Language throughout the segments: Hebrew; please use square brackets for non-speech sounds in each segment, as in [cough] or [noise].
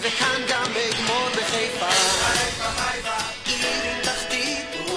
וכאן גם אגמור בחיפה. עיר תחתית, עיר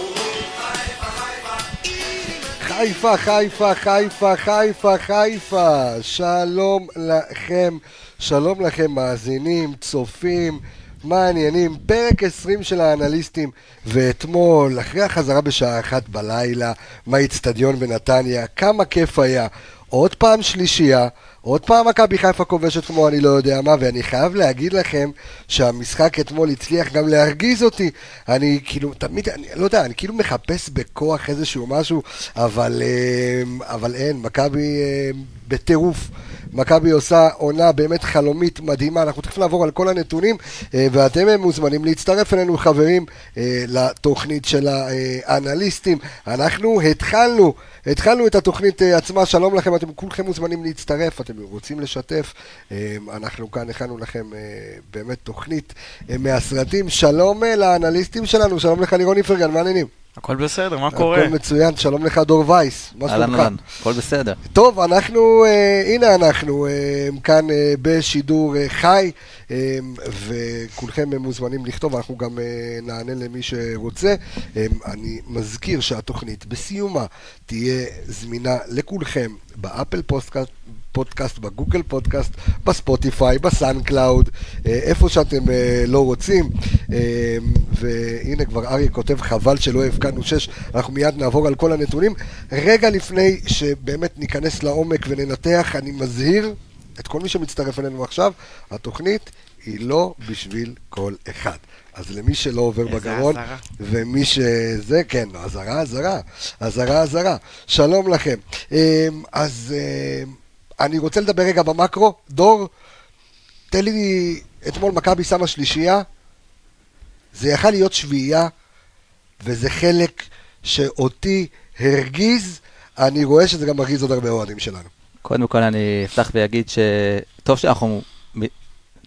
עם חיפה, חיפה, חיפה, חיפה, חיפה. שלום לכם, שלום לכם מאזינים, צופים, מה העניינים? פרק 20 של האנליסטים, ואתמול, אחרי החזרה בשעה אחת בלילה, מהאיצטדיון בנתניה, כמה כיף היה. עוד פעם שלישייה, עוד פעם מכבי חיפה כובשת כמו אני לא יודע מה, ואני חייב להגיד לכם שהמשחק אתמול הצליח גם להרגיז אותי. אני כאילו, תמיד, אני לא יודע, אני כאילו מחפש בכוח איזשהו משהו, אבל, אה, אבל אין, מכבי אה, בטירוף. מכבי עושה עונה באמת חלומית מדהימה, אנחנו תכף נעבור על כל הנתונים, אה, ואתם אה, מוזמנים להצטרף אלינו חברים אה, לתוכנית של האנליסטים. אנחנו התחלנו, התחלנו את התוכנית אה, עצמה, שלום לכם, אתם כולכם מוזמנים להצטרף, אתם רוצים לשתף, אה, אנחנו כאן הכנו לכם אה, באמת תוכנית אה, מהסרטים. שלום אה, לאנליסטים שלנו, שלום לך לירון איפרגן, מה העניינים? הכל בסדר, מה קורה? הכל מצוין, שלום לך דור וייס, מה אהלן שלומך? אהלן, הכל בסדר. טוב, אנחנו, אה, הנה אנחנו, אה, כאן אה, בשידור אה, חי, אה, וכולכם אה, מוזמנים לכתוב, אנחנו גם אה, נענה למי שרוצה. אה, אני מזכיר שהתוכנית בסיומה תהיה זמינה לכולכם באפל פוסטקאסט. פודקאסט, בגוגל פודקאסט, בספוטיפיי, בסאן קלאוד, איפה שאתם אה, לא רוצים. אה, והנה כבר אריה כותב, חבל שלא הבקענו שש, אנחנו מיד נעבור על כל הנתונים. רגע לפני שבאמת ניכנס לעומק וננתח, אני מזהיר את כל מי שמצטרף אלינו עכשיו, התוכנית היא לא בשביל כל אחד. אז למי שלא עובר איזה בגרון, אזהרה. ומי שזה, כן, אזהרה, אזהרה, אזהרה, אזהרה. שלום לכם. אה, אז אה, אני רוצה לדבר רגע במקרו. דור, תן לי, אתמול מכבי שמה שלישייה, זה יכל להיות שביעייה, וזה חלק שאותי הרגיז, אני רואה שזה גם מרגיז עוד הרבה אוהדים שלנו. קודם כל אני אפתח ואגיד שטוב שאנחנו, מ-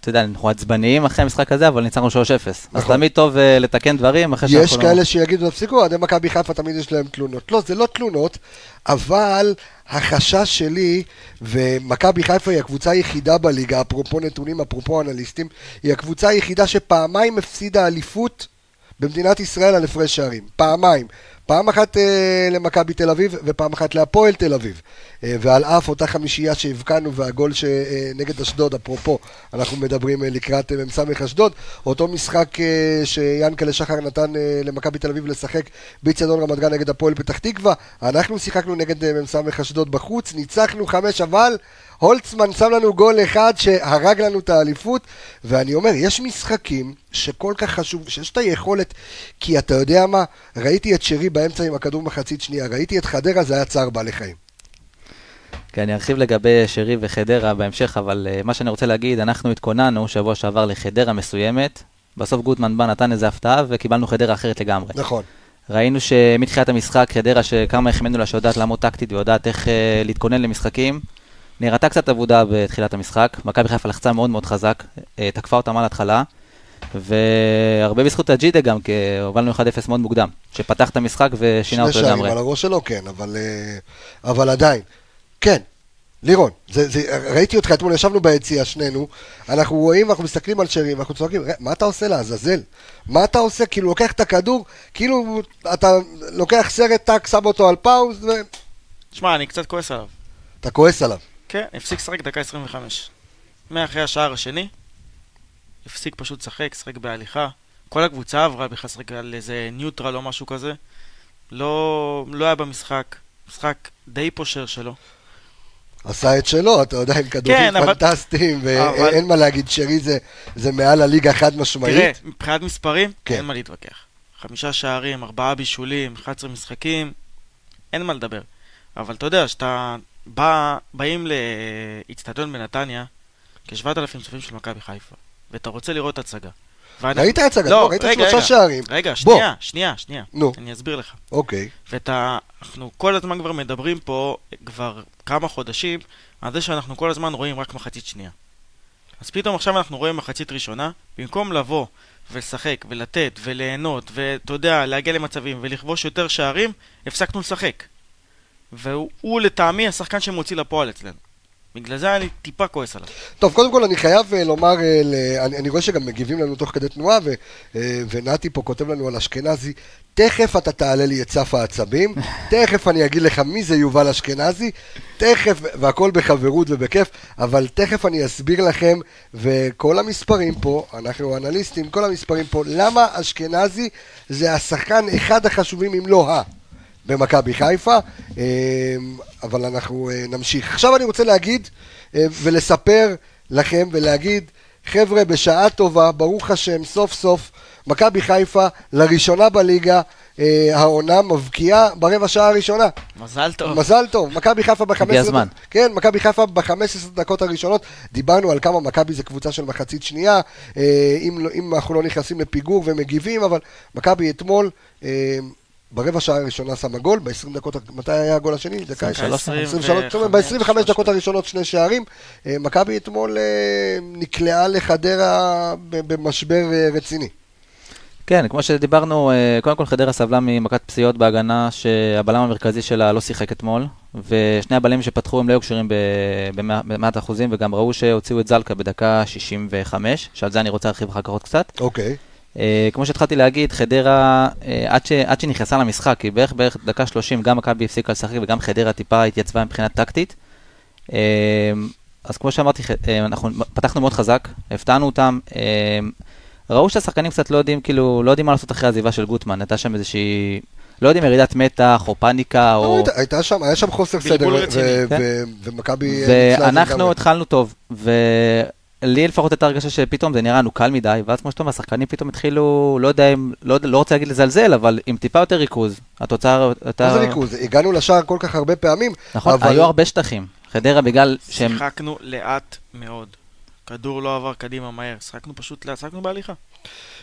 אתה יודע, אנחנו עצבניים אחרי המשחק הזה, אבל ניצחנו 3-0. אז נכון. תמיד טוב אה, לתקן דברים אחרי יש שאנחנו... לא- כאלה שיגידו, תפסיקו, אוהדי מכבי חיפה תמיד יש להם תלונות. לא, זה לא תלונות, אבל החשש שלי, ומכבי חיפה היא הקבוצה היחידה בליגה, אפרופו נתונים, אפרופו אנליסטים, היא הקבוצה היחידה שפעמיים הפסידה אליפות במדינת ישראל על הפרש שערים. פעמיים. פעם אחת אה, למכבי תל אביב ופעם אחת להפועל תל אביב. אה, ועל אף אותה חמישייה שהבקענו והגול שנגד אשדוד, אפרופו, אנחנו מדברים אה, לקראת אה, מ"ס אשדוד, אותו משחק אה, שיענקלה שחר נתן אה, למכבי תל אביב לשחק באיצטדיון רמת גן נגד הפועל פתח תקווה, אנחנו שיחקנו נגד אה, מ"ס אשדוד בחוץ, ניצחנו חמש, אבל הולצמן שם לנו גול אחד שהרג לנו את האליפות, ואני אומר, יש משחקים שכל כך חשוב, שיש את היכולת, כי אתה יודע מה, ראיתי את שרי באמצע עם הכדור מחצית שנייה, ראיתי את חדרה, זה היה צער בעלי חיים. כן, אני ארחיב לגבי שרי וחדרה בהמשך, אבל אה, מה שאני רוצה להגיד, אנחנו התכוננו שבוע שעבר לחדרה מסוימת, בסוף גוטמן בא נתן איזה הפתעה וקיבלנו חדרה אחרת לגמרי. נכון. ראינו שמתחילת המשחק חדרה, שכמה החמאנו לה שיודעת לעמוד טקטית ויודעת איך אה, להתכונן למשחקים, נראתה קצת אבודה בתחילת המשחק. מכבי חיפה לחצה מאוד מאוד חזק, אה, תקפה אותה על ההתחלה, והרבה בזכות הג'ידה גם, כי הובלנו 1-0 מאוד מוקדם, שפתח את המשחק ושינה שני אותו שערים לגמרי. על הראש שלו, כן, אבל, אה, אבל עדיין. כן, לירון, זה, זה, ראיתי אותך אתמול, ישבנו ביציע שנינו, אנחנו רואים, אנחנו מסתכלים על שרי, ואנחנו צועקים, "ר- מה אתה עושה לעזאזל? מה אתה עושה? כאילו, לוקח את הכדור, כאילו, אתה לוקח סרט טאק, שם אותו על פאוז, שמע, אני קצת כועס עליו. ואתה כועס עליו. כן, הפסיק לשחק דקה 25. מאחרי השער השני, הפסיק פשוט לשחק, שחק בהליכה. כל הקבוצה עברה בכלל לשחק על איזה ניוטרל או משהו כזה. לא, לא היה במשחק. משחק די פושר שלו. עשה את שלו, אתה יודע, עם כדורים כן, אבל- פנטסטיים, אבל- ואין מה להגיד, שרי זה, זה מעל הליגה חד תראה, משמעית. מבחינת מספרים, כן. אין מה להתווכח. חמישה שערים, ארבעה בישולים, 11 משחקים, אין מה לדבר. אבל אתה יודע, שאתה בא, באים לאיצטדיון בנתניה, כ-7,000 צופים של מכבי חיפה, ואתה רוצה לראות הצגה. ואנחנו- ראית הצגה, לא, לא, ראית רגע, שלושה רגע. שערים. רגע, בוא. שנייה, שנייה, שנייה. נו, אני אסביר לך. אוקיי. ואנחנו כל הזמן כבר מדברים פה, כבר כמה חודשים, על זה שאנחנו כל הזמן רואים רק מחצית שנייה. אז פתאום עכשיו אנחנו רואים מחצית ראשונה, במקום לבוא ולשחק ולתת וליהנות ואתה יודע, להגיע למצבים ולכבוש יותר שערים, הפסקנו לשחק. והוא הוא, לטעמי השחקן שמוציא לפועל אצלנו. בגלל זה אני טיפה כועס עליו. טוב, קודם כל אני חייב אה, לומר, אה, ל- אני, אני רואה שגם מגיבים לנו תוך כדי תנועה, ו, אה, ונתי פה כותב לנו על אשכנזי, תכף אתה תעלה לי את סף העצבים, תכף אני אגיד לך מי זה יובל אשכנזי, תכף, והכל בחברות ובכיף, אבל תכף אני אסביר לכם, וכל המספרים פה, אנחנו אנליסטים, כל המספרים פה, למה אשכנזי זה השחקן אחד החשובים אם לא ה. במכבי חיפה, אה, אבל אנחנו אה, נמשיך. עכשיו אני רוצה להגיד אה, ולספר לכם ולהגיד, חבר'ה, בשעה טובה, ברוך השם, סוף סוף, מכבי חיפה, לראשונה בליגה, אה, העונה מבקיעה ברבע שעה הראשונה. מזל טוב. מזל טוב, מכבי חיפה ב-15... הגיע הזמן. כן, מכבי חיפה ב-15 דקות הראשונות, דיברנו על כמה מכבי זה קבוצה של מחצית שנייה, אה, אם, לא- אם אנחנו לא נכנסים לפיגור ומגיבים, אבל מכבי אתמול, אה, ברבע שעה הראשונה שמה גול, ב-20 דקות, מתי היה הגול השני? דקה 23, אה, 23, זאת אומרת, ב-25 דקות הראשונות שני שערים. אה, מכבי אתמול אה, נקלעה לחדרה ב- במשבר אה, רציני. כן, כמו שדיברנו, אה, קודם כל חדרה סבלה ממכת פציעות בהגנה שהבלם המרכזי שלה לא שיחק אתמול, ושני הבלמים שפתחו הם לא היו קשורים ב-100 אחוזים, וגם ראו שהוציאו את זלקה בדקה 65, שעל זה אני רוצה להרחיב אחר כך עוד קצת. אוקיי. אה, כמו שהתחלתי להגיד, חדרה, אה, עד, ש, עד שנכנסה למשחק, כי בערך בערך דקה 30 גם מכבי הפסיקה לשחק וגם חדרה טיפה התייצבה מבחינה טקטית. אה, אז כמו שאמרתי, ח- אה, אנחנו פתחנו מאוד חזק, הפתענו אותם. אה, ראו שהשחקנים קצת לא יודעים, כאילו, לא יודעים מה לעשות אחרי העזיבה של גוטמן, הייתה שם איזושהי, לא יודעים, ירידת מתח או פאניקה לא, או... הייתה- הייתה שם, היה שם חוסר בלבול סדר, ו- רציני, ו- כן. ו- ומכבי... אה, ניצלה את זה ואנחנו לגמרי. התחלנו טוב, ולי לפחות הייתה הרגשה שפתאום זה נראה לנו קל מדי, ואז כמו שאתה אומר, השחקנים פתאום התחילו, לא יודע אם, לא, יודע- לא רוצה להגיד לזלזל, אבל עם טיפה יותר ריכוז, התוצאה... מה אתה... זה ריכוז? הגענו לשער כל כך הרבה פעמים. נכון, אבל- אבל... היו הרבה שטחים. חדרה בגלל שהם... שיחקנו לאט מאוד. כדור לא עבר קדימה מהר, שיחקנו פשוט לאט, שיחקנו בהליכה.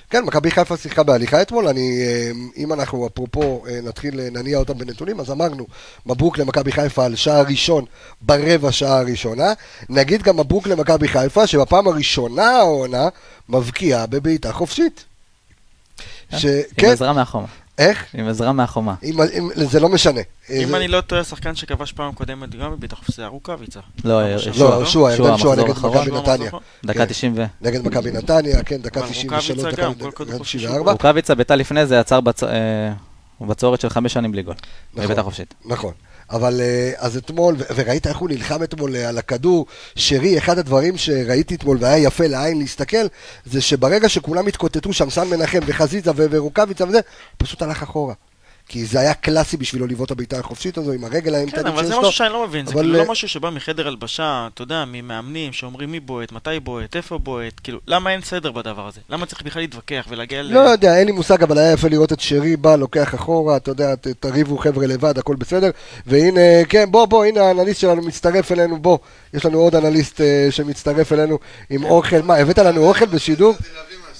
כן, מכבי חיפה שיחקה בהליכה אתמול, אני, אה, אם אנחנו אפרופו אה, נתחיל אה, נניע אותם בנתונים, אז אמרנו, מברוק למכבי חיפה על שער ראשון ברבע שעה הראשונה, נגיד גם מברוק למכבי חיפה שבפעם הראשונה העונה מבקיעה בבעיטה חופשית. ש... אה, עם כן, עזרה מהחומה. איך? עם עזרה מהחומה. אם- אם- זה לא משנה. אם זה- אני לא טועה, השחקן שכבש פעם קודמת גם בביטח חופשי ארוכביצה. לא, לא, שועה, לא, שועה, שועה, שועה, ארגן שועה מחזור נגד אחרון. מכבי שועה, נתניה. מחזור דקה כן. 90 ו... נגד מכבי נתניה, כן, דקה אבל 93, רוקאביצה גם, כל דקה כדור חופשי שהוא 94. רוקאביצה בעיטה לפני זה עצר בצ... אה, בצורת של חמש שנים בלי גול. נכון. בבית החופשית. נכון. אבל אה, אז אתמול, ו- וראית איך הוא נלחם אתמול אה, על הכדור, שרי, אחד הדברים שראיתי אתמול והיה יפה לעין להסתכל, זה שברגע שכולם התקוטטו שם, סן מנחם וחזיזה ו- ורוקאביצה וזה, הוא פשוט הלך אחורה. כי זה היה קלאסי בשבילו לבעוט את הבעיטה החופשית הזו עם הרגל האימתנית כן, אבל זה משהו שאני לא מבין, זה אבל, כאילו אה, לא משהו שבא מחדר הלבשה, אתה יודע, ממאמנים שאומרים מי בועט, מתי בועט, איפה בועט, כאילו, למה אין סדר בדבר הזה? למה צריך בכלל להתווכח ולהגיע ל... לא יודע, אין לי מושג, אבל היה יפה לראות את שרי בא, לוקח אחורה, אתה יודע, ת- תריבו חבר'ה לבד, הכל בסדר. והנה, כן, בוא, בוא, הנה האנליסט שלנו מצטרף אלינו, בוא. יש לנו עוד אנליסט אה, שמצטרף אלינו עם אוכל. מה, הבאת לנו אוכל בשידור?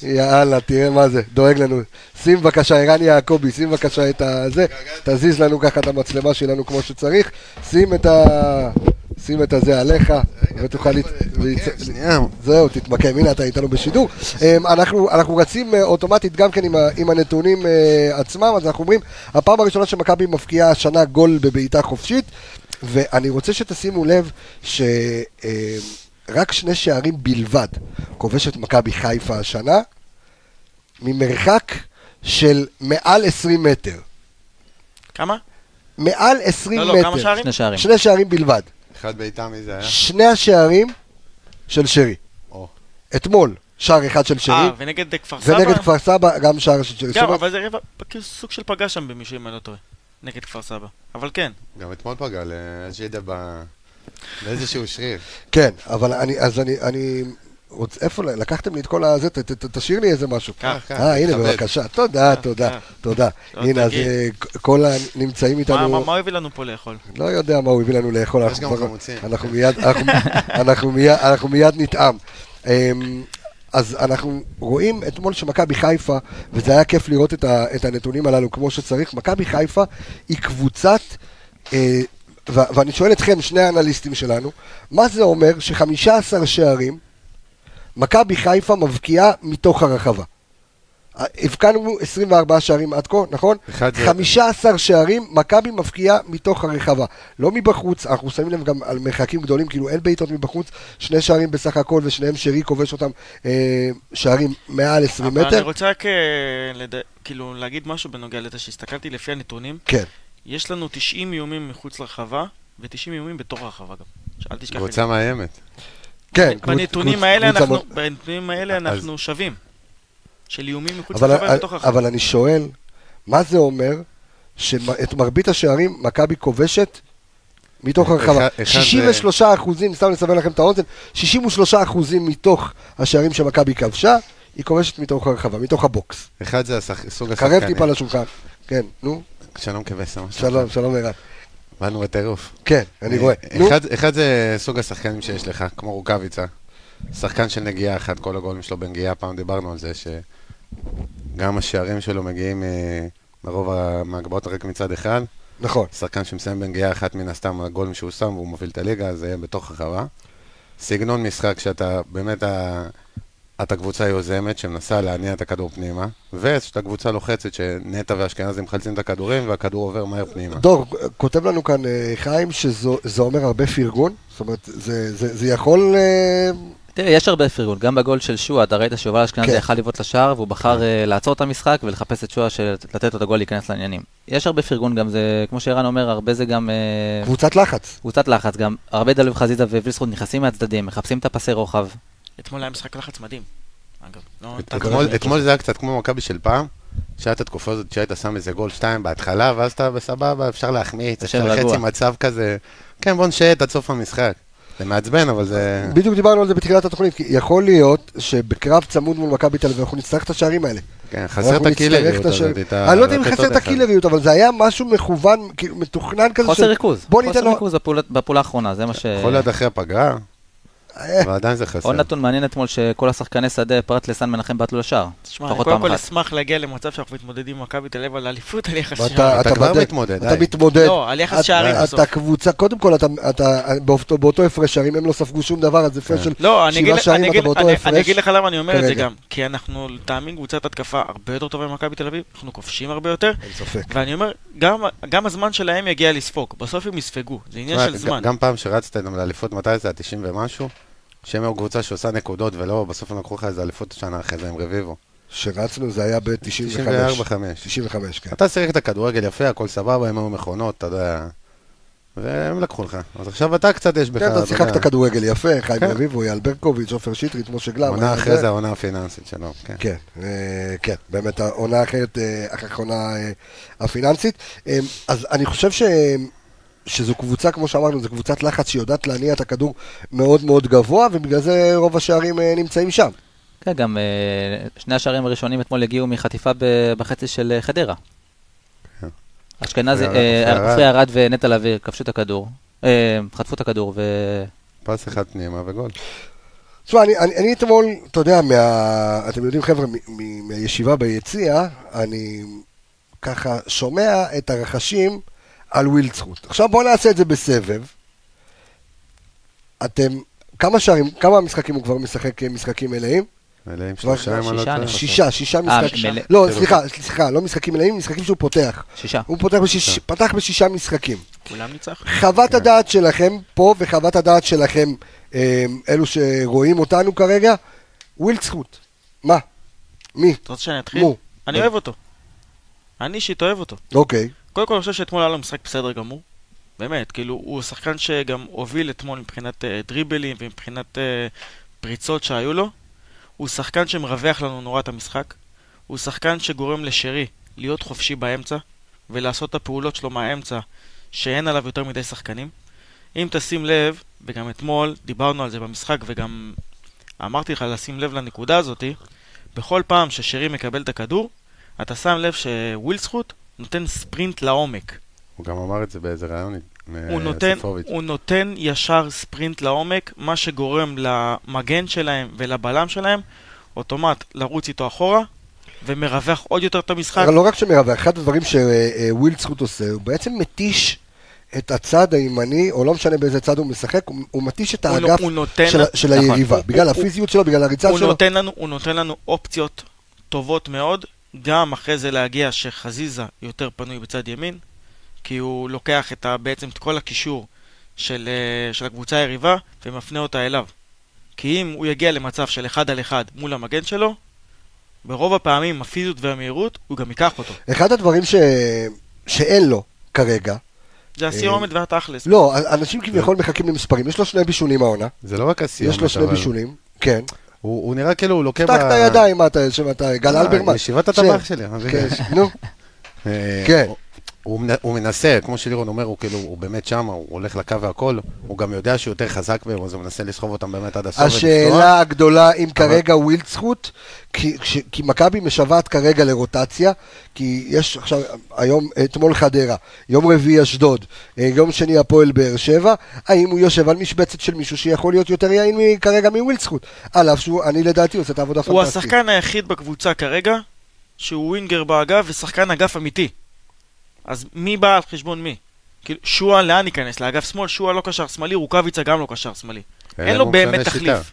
יאללה, תראה מה זה, דואג לנו. שים בבקשה, ערן יעקבי, שים בבקשה את הזה, תזיז לנו ככה את המצלמה שלנו כמו שצריך, שים את ה... שים את הזה עליך, ותוכל להת- להצ- זהו, תתמקם, הנה אתה איתנו בשידור. אמ, אנחנו אנחנו רצים אה, אוטומטית גם כן עם ה- עם הנתונים אה, עצמם, אז אנחנו אומרים, הפעם הראשונה שמכבי מבקיעה השנה גול בבעיטה חופשית, ואני רוצה שתשימו לב ש... אמ, רק שני שערים בלבד כובשת מכבי חיפה השנה, ממרחק של מעל 20 מטר. כמה? מעל 20 לא, מטר. לא, כמה שערים? שני שערים. שני שערים בלבד. אחד בעיטה מי זה היה? שני השערים של שרי. או. אתמול, שער אחד של שרי, אה, ונגד כפר סבא? ונגד כפר סבא גם שער של שרי. זאת גם, אומרת, אבל זה רבע, כאילו סוג של פגע שם במישהו, אם אני לא טועה. נגד כפר סבא. אבל כן, גם אתמול פגע לג'ידה ב... באיזשהו שריר. כן, אבל אני, אז אני, אני... רוצ... איפה, לקחתם לי את כל הזה, ת, ת, ת, תשאיר לי איזה משהו. קח, קח, אה, הנה, תכבד. בבקשה. תודה, קח, תודה, קח. תודה. אה, לא, הנה, אז תגיד. אה, כ- כל הנמצאים מה- איתנו... מה מה הביא לנו פה לאכול? לא יודע מה הוא הביא לנו לאכול. יש אנחנו גם כבר- חמוצים. אנחנו מיד, אנחנו, אנחנו מיד, אנחנו מיד נטעם. אמ, אז אנחנו רואים אתמול שמכבי חיפה, וזה היה כיף לראות את, ה, את הנתונים הללו כמו שצריך, מכבי חיפה היא קבוצת, אה, ו- ואני שואל אתכם, שני האנליסטים שלנו, מה זה אומר ש-15 שערים מכבי חיפה מבקיעה מתוך הרחבה? הבקענו 24 שערים עד כה, נכון? אחד זה- 15 שערים, מכבי מבקיעה מתוך הרחבה. לא מבחוץ, אנחנו שמים לב גם על מרחקים גדולים, כאילו אין בעיטות מבחוץ, שני שערים בסך הכל, ושניהם שרי כובש אותם אה, שערים מעל 20 אבל אני מטר. רוצה רק אה, לד- כאילו להגיד משהו בנוגע לזה שהסתכלתי לפי הנתונים. כן. יש לנו 90 איומים מחוץ לרחבה, ו-90 איומים בתוך הרחבה גם. שאל תשכח את זה. קבוצה מאיימת. כן, קבוצ- בנתונים קבוצ- האלה קבוצה אנחנו- מאוד- בנתונים האלה אז- אנחנו שווים. של איומים מחוץ אבל, לרחבה ובתוך הרחבה. אבל אני שואל, מה זה אומר שאת מרבית השערים מכבי כובשת מתוך הרחבה? אה, אחד- אחד- 63 אחוזים, סתם לסבר לכם את האוזן, 63 אחוזים מתוך השערים שמכבי כבשה, היא כובשת מתוך הרחבה, מתוך הבוקס. אחד זה השח- סוג קרב השחקנים. לא טיפה לשולחן. כן, נו, שלום קבסה. שלום, שלום ערן. באנו בטירוף. כן, אני אה, רואה. נו, אחד- אחד זה סוג השחקנים שיש לך, כמו רוקאביצה. שחקן של נגיעה אחת, כל הגולים שלו בנגיעה, פעם דיברנו על זה, שגם השערים שלו מגיעים אה, מרוב ה- מהגבהות רק מצד אחד. נכון. שחקן שמסיים בנגיעה אחת מן הסתם, הגולים שהוא שם והוא מוביל את הליגה, זה יהיה בתוך הרחבה. סגנון משחק שאתה באמת, ה- אתה קבוצה יוזמת שמנסה להניע את הכדור פנימה, ושאתה קבוצה לוחצת שנטע ואשכנזי מחלצים את הכדורים והכדור עובר מהר פנימה. דור, כותב לנו כאן אה, חיים שזה אומר הרבה פרגון, זאת אומרת, זה- זה זה יכול... אה, כן. תראה, יש הרבה פרגון, גם בגול של שועה, אתה ראית שיובל אשכנזי כן. יכל לבעוט לשער, והוא בחר אה, לעצור את המשחק ולחפש את שועה, של- לתת לו את הגול להיכנס לעניינים. יש הרבה פרגון גם, זה, כמו שערן אומר, הרבה זה גם... אה, קבוצת לחץ. קבוצת לחץ גם, הרבה דלב חזיזה ווילסקוט נכנסים מהצדדים, מחפשים את הפסי רוחב. אתמול היה משחק לחץ מדהים. אגב, לא... את- נתתי אתמול- לזה- אתמול זה היה קצת כמו מכבי של פעם, שהיה את התקופה הזאת שהיית שם איזה גול שתיים בהתחלה, ואז אתה בסבבה, אפשר להחמיץ, יושב אפשר רגוע. חצי מצב כזה. כן, בוא נשאט עד סוף המשחק. זה מעצבן, אבל זה... בדיוק דיברנו על זה בתחילת התוכנית, כי יכול להיות שבקרב צמוד מול מכבי תל אביב אנחנו נצטרך את השערים האלה. כן, חסר את אנחנו נצטרך הקילריות השערים. הזאת. את ה- אני לא יודע אם לתת חסר עוד את אחד. הקילריות, אבל זה היה משהו מכוון, כאילו מתוכנן כזה. חוסר של- ריכוז, בוא ניתן חוסר לו... כן, ריכוז בפעולה- בפעולה האחרונה, זה מה ש... יכול להיות אחרי הפגרה, אה, אבל עדיין זה חסר. עוד נתון מעניין אתמול, שכל השחקני שדה פרט לסן מנחם בעטו לשער. תשמע, אני לפחות קודם פעם כל אחת. אשמח להגיע למצב שאנחנו מתמודדים עם מכבי תל אביב על אליפות על יחס ואתה- שערים. אתה כבר בודק, מתמודד, אתה די. מתמודד. לא, על יחס אתה- שערים בסוף. אתה קבוצה, קודם כל, אתה- אתה באותו- באותו הפרש שערים, הם לא ספגו שום דבר, אז הפרש כן. של לא, אני אגיד, שבעה שערים, אני, אתה אגיד, באותו אני, הפרש. אני אגיד לך למה אני אומר את זה כרגע. גם. כי אנחנו, לטעמי, קבוצת התקפה הרבה יותר טובה ממכבי תל אביב, אנחנו כובשים הרבה יותר, אין ספק. ואני אומר, גם, גם הזמן שלהם יגיע לספוג, בסוף הם יספגו, זה עניין תשמע, של ג- זמן. גם פעם שרצת איתם לאליפות, מתי זה? ה-90 ומשהו? שהם היו קבוצה שעושה נקודות, ולא, בסוף הם לקחו לך איזה אליפות שנה אחרי זה, הם רביבו. שרצנו זה היה ב-95. 94-5. 95, כן. אתה שיחק את הכדורגל יפה, הכל סבבה, הם היו מכונות, אתה יודע. והם לקחו לך. אז עכשיו אתה קצת יש בך... כן, אתה שיחקת יודע, כדורגל יפה, חיים כן. רביבו, אייל ברקוביץ', עופר שטרית, משה גלם. עונה היה אחרי זה. זה העונה הפיננסית שלו. כן. כן, אה, כן, באמת העונה אחרת, אה, אחר כך העונה אה, הפיננסית. אה, אז אני חושב ש... שזו קבוצה, כמו שאמרנו, זו קבוצת לחץ שיודעת להניע את הכדור מאוד מאוד גבוה, ובגלל זה רוב השערים אה, נמצאים שם. כן, גם אה, שני השערים הראשונים אתמול הגיעו מחטיפה ב- בחצי של אה, חדרה. כן. אשכנזי, עופרי אה, ארד. עופרי ארד ונטע לביא כבשו את הכדור, אה, חטפו את הכדור, פס אחד פנימה וגול. תשמע, אני, אני, אני אתמול, אתה יודע, מה, אתם יודעים, חבר'ה, מ, מ, מהישיבה ביציע, אני ככה שומע את הרחשים על ווילדסחוט. עכשיו בואו נעשה את זה בסבב. אתם, כמה שערים, כמה משחקים הוא כבר משחק משחקים מלאים? מלאים שלושה, אם אני לא שישה, טועה. אני חושב. שישה, שישה משחקים. מלא- לא, כאילו- סליחה, סליחה, לא משחקים מלאים, משחקים שהוא פותח. ושישה. הוא פותח בשיש, פתח בשישה משחקים. כולם ניצח? חוות הדעת שלכם פה וחוות הדעת שלכם, אה, אלו שרואים אותנו כרגע, ווילדסחוט. מה? מי? אתה רוצה שאני אתחיל? מו. אני אוהב אותו. אני אישית אוהב אותו. אוקיי. קודם כל, אני חושב שאתמול היה לו משחק בסדר גמור. באמת, כאילו, הוא שחקן שגם הוביל אתמול מבחינת אה, דריבלים ומבחינת אה, פריצות שהיו לו. הוא שחקן שמרווח לנו נורא את המשחק. הוא שחקן שגורם לשרי להיות חופשי באמצע ולעשות את הפעולות שלו מהאמצע שאין עליו יותר מדי שחקנים. אם תשים לב, וגם אתמול דיברנו על זה במשחק וגם אמרתי לך לשים לב לנקודה הזאתי, בכל פעם ששרי מקבל את הכדור, אתה שם לב שווילסחוט נותן ספרינט לעומק. הוא גם אמר את זה באיזה ראיון. אה, הוא נותן, יוסיפוביץ'. הוא נותן ישר ספרינט לעומק, מה שגורם למגן שלהם ולבלם שלהם, אוטומט לרוץ איתו אחורה, ומרווח עוד יותר את המשחק. אבל לא רק שמרווח, אחד הדברים שווילדסחוט עושה, הוא בעצם מתיש את הצד הימני, או לא משנה באיזה צד הוא משחק, הוא- הוא מתיש את הוא נו- האגף הוא נותן- של ה- של נכון. היריבה. הוא- בגלל הוא- הפיזיות שלו, בגלל הריצה הוא שלו. נותן, לנו, הוא נותן לנו אופציות טובות מאוד, גם אחרי זה להגיע שחזיזה יותר פנוי בצד ימין, כי הוא לוקח את ה, בעצם את כל הקישור של, אה, של הקבוצה היריבה ומפנה אותה אליו. כי אם הוא יגיע למצב של אחד על אחד מול המגן שלו, ברוב הפעמים הפיזיות והמהירות, הוא גם ייקח אותו. אחד הדברים ש... שאין לו כרגע, זה הסיומת והתכלס. לא, אנשים כביכול כן. מחכים למספרים, יש לו שני בישולים העונה, זה לא רק הסיומת, יש לו שני אבל בישולים, כן. הוא הוא נראה כאילו הוא לוקה פתח את הידיים, מה אתה, שם אתה, גל אה, אלברמן. ישיבת שב. הטבח שלי, אני מבין. כן, [laughs] ש- [laughs] נו, אה, כן. הוא- הוא מנ- הוא מנסה, כמו שלירון אומר, הוא כאילו, הוא באמת שם, הוא הולך לקו והכל, הוא גם יודע שהוא יותר חזק בהם, אז הוא מנסה לסחוב אותם באמת עד הסוף. ולפתוח. השאלה הגדולה אם כרגע ווילד זכות, כי, כש- כי מכבי משוועת כרגע לרוטציה, כי יש עכשיו, היום, אתמול חדרה, יום רביעי אשדוד, אה, יום שני הפועל באר שבע, האם הוא יושב על משבצת של מישהו שיכול להיות יותר יעיל מ- כרגע מווילד זכות? על אף שהוא, אני לדעתי עושה את העבודה הוא פנטסטית. השחקן היחיד בקבוצה כרגע שהוא ווינגר באגף ושחקן אגף אמיתי. אז מי בא על חשבון מי? כאילו, שועה לאן ייכנס? לאגף שמאל? שועה לא קשר שמאלי, רוקאביצה גם לא קשר שמאלי. אין להם לו הוא באמת משנה אה, שיטה. תחליף.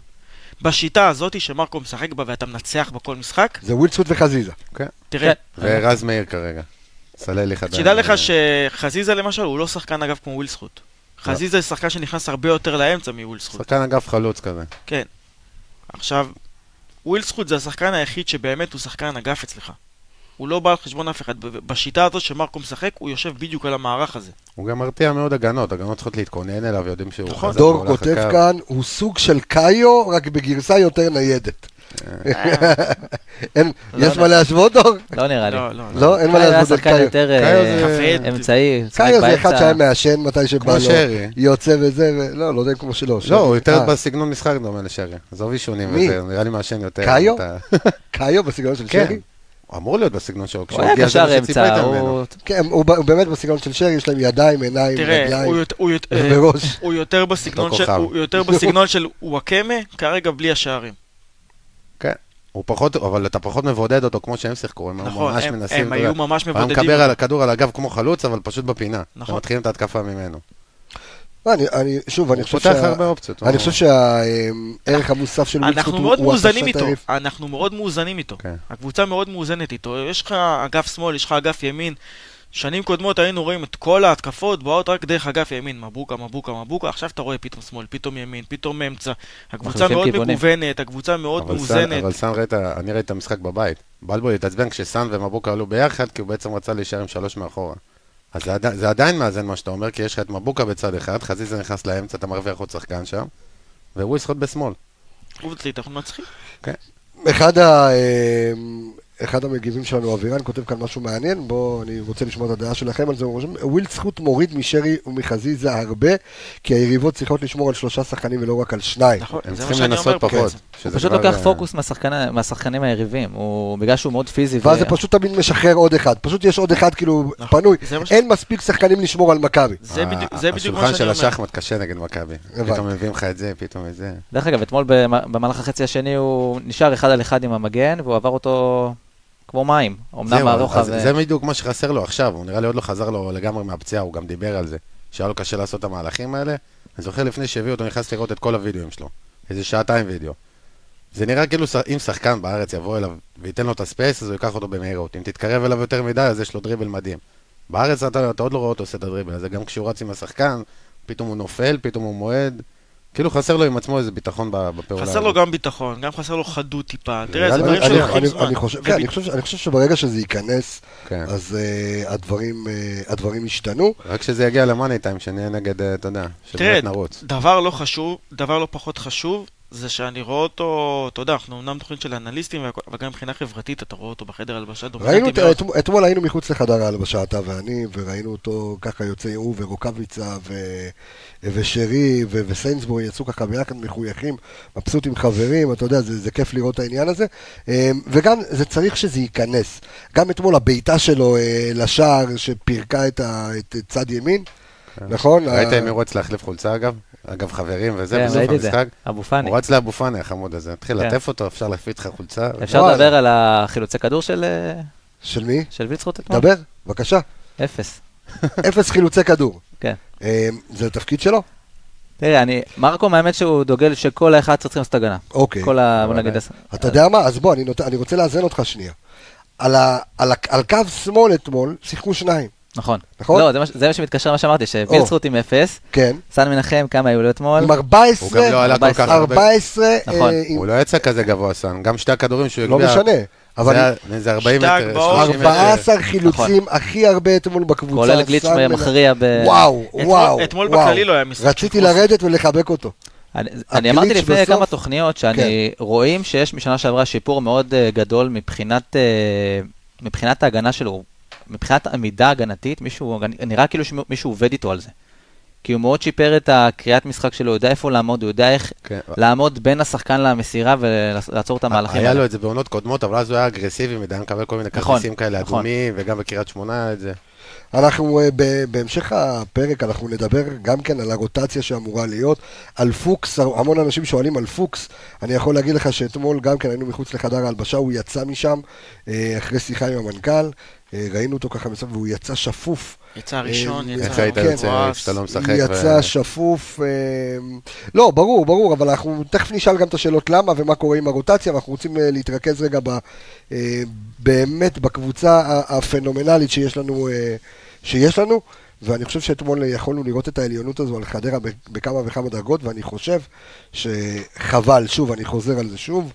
בשיטה הזאת שמרקו משחק בה ואתה מנצח בכל משחק, זה ווילד זכות וחזיזה. תראה, ורז מאיר כרגע. סללי חדש. תדע אה, אוקיי. לך שחזיזה למשל הוא לא שחקן אגף כמו ווילסחוט. חזיזה זה שחקן שנכנס הרבה יותר לאמצע מווילסחוט. שחקן אגף חלוץ כזה. כן. עכשיו, ווילסחוט זה השחקן היחיד שבאמת הוא שחקן אגף אצלך. הוא לא בא על חשבון אף אחד. ב- בשיטה הזו שמרקו משחק, הוא יושב בדיוק על המערך הזה. הוא גם מרתיע מאוד הגנות, הגנות צריכות להתכונן אליו, יודעים שהוא נכון. חזק דור והולך כותב לקו. כאן, הוא סוג של קאיו, רק בגרסה יותר ניידת. אה. אין- לא יש יודע. מה להשוות, דור? לא נראה לי. לא, לא. לא. לא, אין מה קאיו היה להשוות על שחקן קאיו. יותר קאיו אה, זה- כבד. אמצעי, משחק קאיו זה אחד באמצע. שהיה מעשן מתי שבא כמו לו, שרי. יוצא וזה, ולא, לא יודע אם כמו שלא. שרי. לא, הוא יותר אה, בסגנון משחק דומה לשרי. עזוב אישונים מי? וזה, נראה לי מעשן יותר. קאיו? אתה- קאיו בסגנון של כן. שרי? הוא אמור להיות בסגנון שלו. הוא כשהוא היה הגיע, זה מה קשר שציפית אמצע, ממנו. הוא... כן, הוא ב- הוא באמת בסגנון של שרי, יש להם ידיים, עיניים, תראה, הוא רגליים, יות- הוא יות- אה, וראש. הוא יותר בסגנון לא של- כוכב. הוא יותר בסגנון של וואקמה, כרגע בלי השערים. הוא פחות, אבל אתה פחות מבודד אותו כמו שהם שיחקו, הם נכון, ממש הם- מנסים. הם אתה יודע, היו ממש הוא היה מבודדים. מקבל על הכדור על הגב כמו חלוץ, אבל פשוט בפינה. נכון. נכון. מתחילים את ההתקפה ממנו. לא, אני- אני, שוב, אני הוא חושב פותח שה- הרבה אופציות. אני חושב שהערך המוסף של ווילסקוט אנחנו הוא מאוד הוא מאוזנים הפשט איתו, העריף. אנחנו מאוד מאוזנים איתו. כן. הקבוצה מאוד מאוזנת איתו. יש לך אגף שמאל, יש לך אגף ימין. שנים קודמות היינו רואים את כל ההתקפות באות רק דרך אגף ימין, מבוקה, מבוקה, מבוקה, עכשיו אתה רואה פתאום שמאל, פתאום ימין, פתאום אמצע. הקבוצה מחליפים מאוד כיוונים. מגוונת, הקבוצה מאוד אבל סאן, מאוזנת. אבל סאן ראית, אני ראיתי את המשחק בבית. בלבול התעצבן כשסאן ומבוקה עלו ביחד, כי הוא בעצם רצה להישאר עם שלוש מאחורה. אז זה, עדי, זה עדיין מאזן מה שאתה אומר, כי יש לך את מבוקה בצד אחד, חזיזה נכנס לאמצע, אתה מרוויח עוד שחקן שם, והוא יסחוט בשמאל. עובדתית, אנחנו מנצחים. אחד ה... אמ, אחד המגיבים שלנו, אבירן, כותב כאן משהו מעניין, בואו, אני רוצה לשמוע את הדעה שלכם על זה. הוא רושם, ווילד זכות מוריד משרי ומחזיזה הרבה, כי היריבות צריכות לשמור על שלושה שחקנים ולא רק על שניים. נכון, הם זה צריכים מה שאני אומר לנסות פה פחות. בעצם. שזה הוא פשוט כבר, לוקח אה, פוקוס מהשחקן- מהשחקנים היריבים, הוא בגלל שהוא מאוד פיזי. ו- ואז זה פשוט תמיד משחרר עוד אחד. פשוט יש עוד אחד כאילו נכון. פנוי. זה מה ש- אין מספיק שחקנים לשמור על מכבי. זה ה- בדיוק- זה בדיוק מה אה, השולחן של שאני אומר. השחמט קשה נגד מכבי. הבנתי. פתאום מביאים לך את זה, פתאום את זה. דרך אגב, אתמול במ- במהלך החצי השני הוא נשאר אחד על אחד עם המגן, והוא עבר אותו כמו מים. אמנם זהו, הרוחב... אז זה בדיוק מה שחסר לו עכשיו, הוא נראה לי עוד לא חזר לו לגמרי מהפציעה, הוא גם דיבר על זה. שהיה לו קשה לעשות את המהלכים האלה. אני זוכר לפני שהביאו אותו, נכנס לראות את כל הוידאוים שלו. איזה שעתיים וידאו. זה נראה כאילו ש- אם שחקן בארץ יבוא אליו וייתן לו את הספייס, אז הוא ייקח אותו במהירות. אם תתקרב אליו יותר מדי, אז יש לו דריבל מדהים. בארץ אתה, אתה עוד לא רואה אותו עושה את הדריבל הזה, גם כשהוא רץ עם השחקן, פתאום הוא נופל, פתאום הוא מועד. כאילו חסר לו עם עצמו איזה ביטחון ב- בפעולה. חסר לו הזאת. גם ביטחון, גם חסר לו חדות טיפה. תראה, נראה זה לי- דברים אני- שלוקחים אני- זמן. אני חושב- זה כן, ב- אני חושב- אני חושב שברגע שזה ייכנס, כן. אז אה, הדברים, אה, הדברים ישתנו. רק שזה יגיע למאני טיים, שנהיה נגד, אה, אתה יודע, תראה, שבאמת נרוץ. דבר לא חשוב, דבר לא פחות חשוב, זה שאני רואה אותו, אתה יודע, אנחנו אמנם תוכנית של אנליסטים, והכל, אבל גם מבחינה חברתית, אתה רואה אותו בחדר הלבשה דומיננטי ראינו, מאוד. את- אתמ- אתמול היינו מחוץ לחדר ההלבשה, אתה ואני, וראינו אותו ככה יוצא הוא ורוקאביצה ו- ושרי ו- וסיינסבורי יצאו ככה ביחד מחויכים, מבסוטים חברים, אתה יודע, זה, זה כיף לראות את העניין הזה. אמ, וגם, זה צריך שזה ייכנס. גם אתמול הבעיטה שלו אה, לשער שפירקה את, ה- את את צד ימין, נכון? ראית ה- אם הוא רץ להחליף חולצה אגב? אגב חברים וזה, כן, בסוף ראיתי את זה. המשחק. אבו פאני. הוא רץ לאבו פאני החמוד הזה, התחיל כן. לטף אותו, אפשר להפיץ לך חולצה. אפשר וואלה. לדבר על החילוצי כדור של אה, של מי? של וילצחוט אתמול? דבר, בבקשה. אפס. אפס חילוצי כדור. כן. אמ, זה התפקיד שלו? תראה, אני, מרקום, האמת שהוא דוגל שכל ה-11 צריכים לעשות הגנה. אוקיי. כל ה... בוא אבל- נגיד... עשר- אתה יודע מה? אז בוא, אני, נות... אני רוצה לאזן אותך שנייה. על, ה... על, ה... על קו שמאל אתמול שיחקו שניים. נכון. נכון? לא, זה מה ש- זה מה שמתקשר למה שאמרתי, שווילצרוט עם אפס, כן. סן מנחם, כמה היו לו אתמול? עם 14, הוא גם לא עלה כל כך הרבה. 14, נכון. אה, עם- הוא לא יצא כזה גבוה, סאן. גם שתי הכדורים שהוא לא הגביע, משנה, אבל זה היה- זה 40 שטג מטר, באור. 30 מטר. 14 חילוצים הכי הרבה אתמול בקבוצה. כולל גליץ' סן מנחם. מכריע ב... וואו, אתמול- וואו. אתמול וואו. בכללי לא היה משחק רציתי של חוסר. לרדת ולחבק אותו. אני, אני אמרתי הגליץ' לפני בסוף- כמה תוכניות שאני כן. רואים שיש משנה שעברה שיפור מאוד אה, גדול מבחינת, אה, מבחינת ההגנה שלו, מבחינת עמידה הגנתית, מישהו, נראה כאילו שמישהו עובד איתו על זה. כי הוא מאוד שיפר את הקריאת משחק שלו, הוא יודע איפה לעמוד, הוא יודע איך כן. אה, לעמוד בין השחקן למסירה ולעצור את המהלכים היה האלה. לו את זה בעונות קודמות, אבל אז הוא היה אגרסיבי מדי, היה מקבל כל מיני נכון, כרטיסים כאלה נכון. אדומים, וגם בקריית שמונה היה את זה. אנחנו אה, ב- בהמשך הפרק אנחנו נדבר גם כן על הרוטציה שאמורה להיות, על פוקס, המון אנשים שואלים על פוקס, אני יכול להגיד לך שאתמול גם כן היינו מחוץ לחדר ההלבשה, הוא יצא משם אה, אחרי שיחה עם המנכ"ל, אה, ראינו אותו ככה מסביב והוא יצא שפוף. יצא ראשון, אה, יצא... אוקיי, איך היית כן. יוצא מבואס. כשאתה לא משחק? יצא ו- שפוף, אה, לא, ברור, ברור, אבל אנחנו תכף נשאל גם את השאלות למה ומה קורה עם הרוטציה, ואנחנו רוצים אה, להתרכז רגע ב, אה, באמת בקבוצה ה- הפנומנלית שיש לנו, אה, שיש לנו, ואני חושב שאתמול יכולנו לראות את העליונות הזו על חדרה ב- בכמה וכמה דרגות, ואני חושב שחבל, שוב, אני חוזר על זה שוב,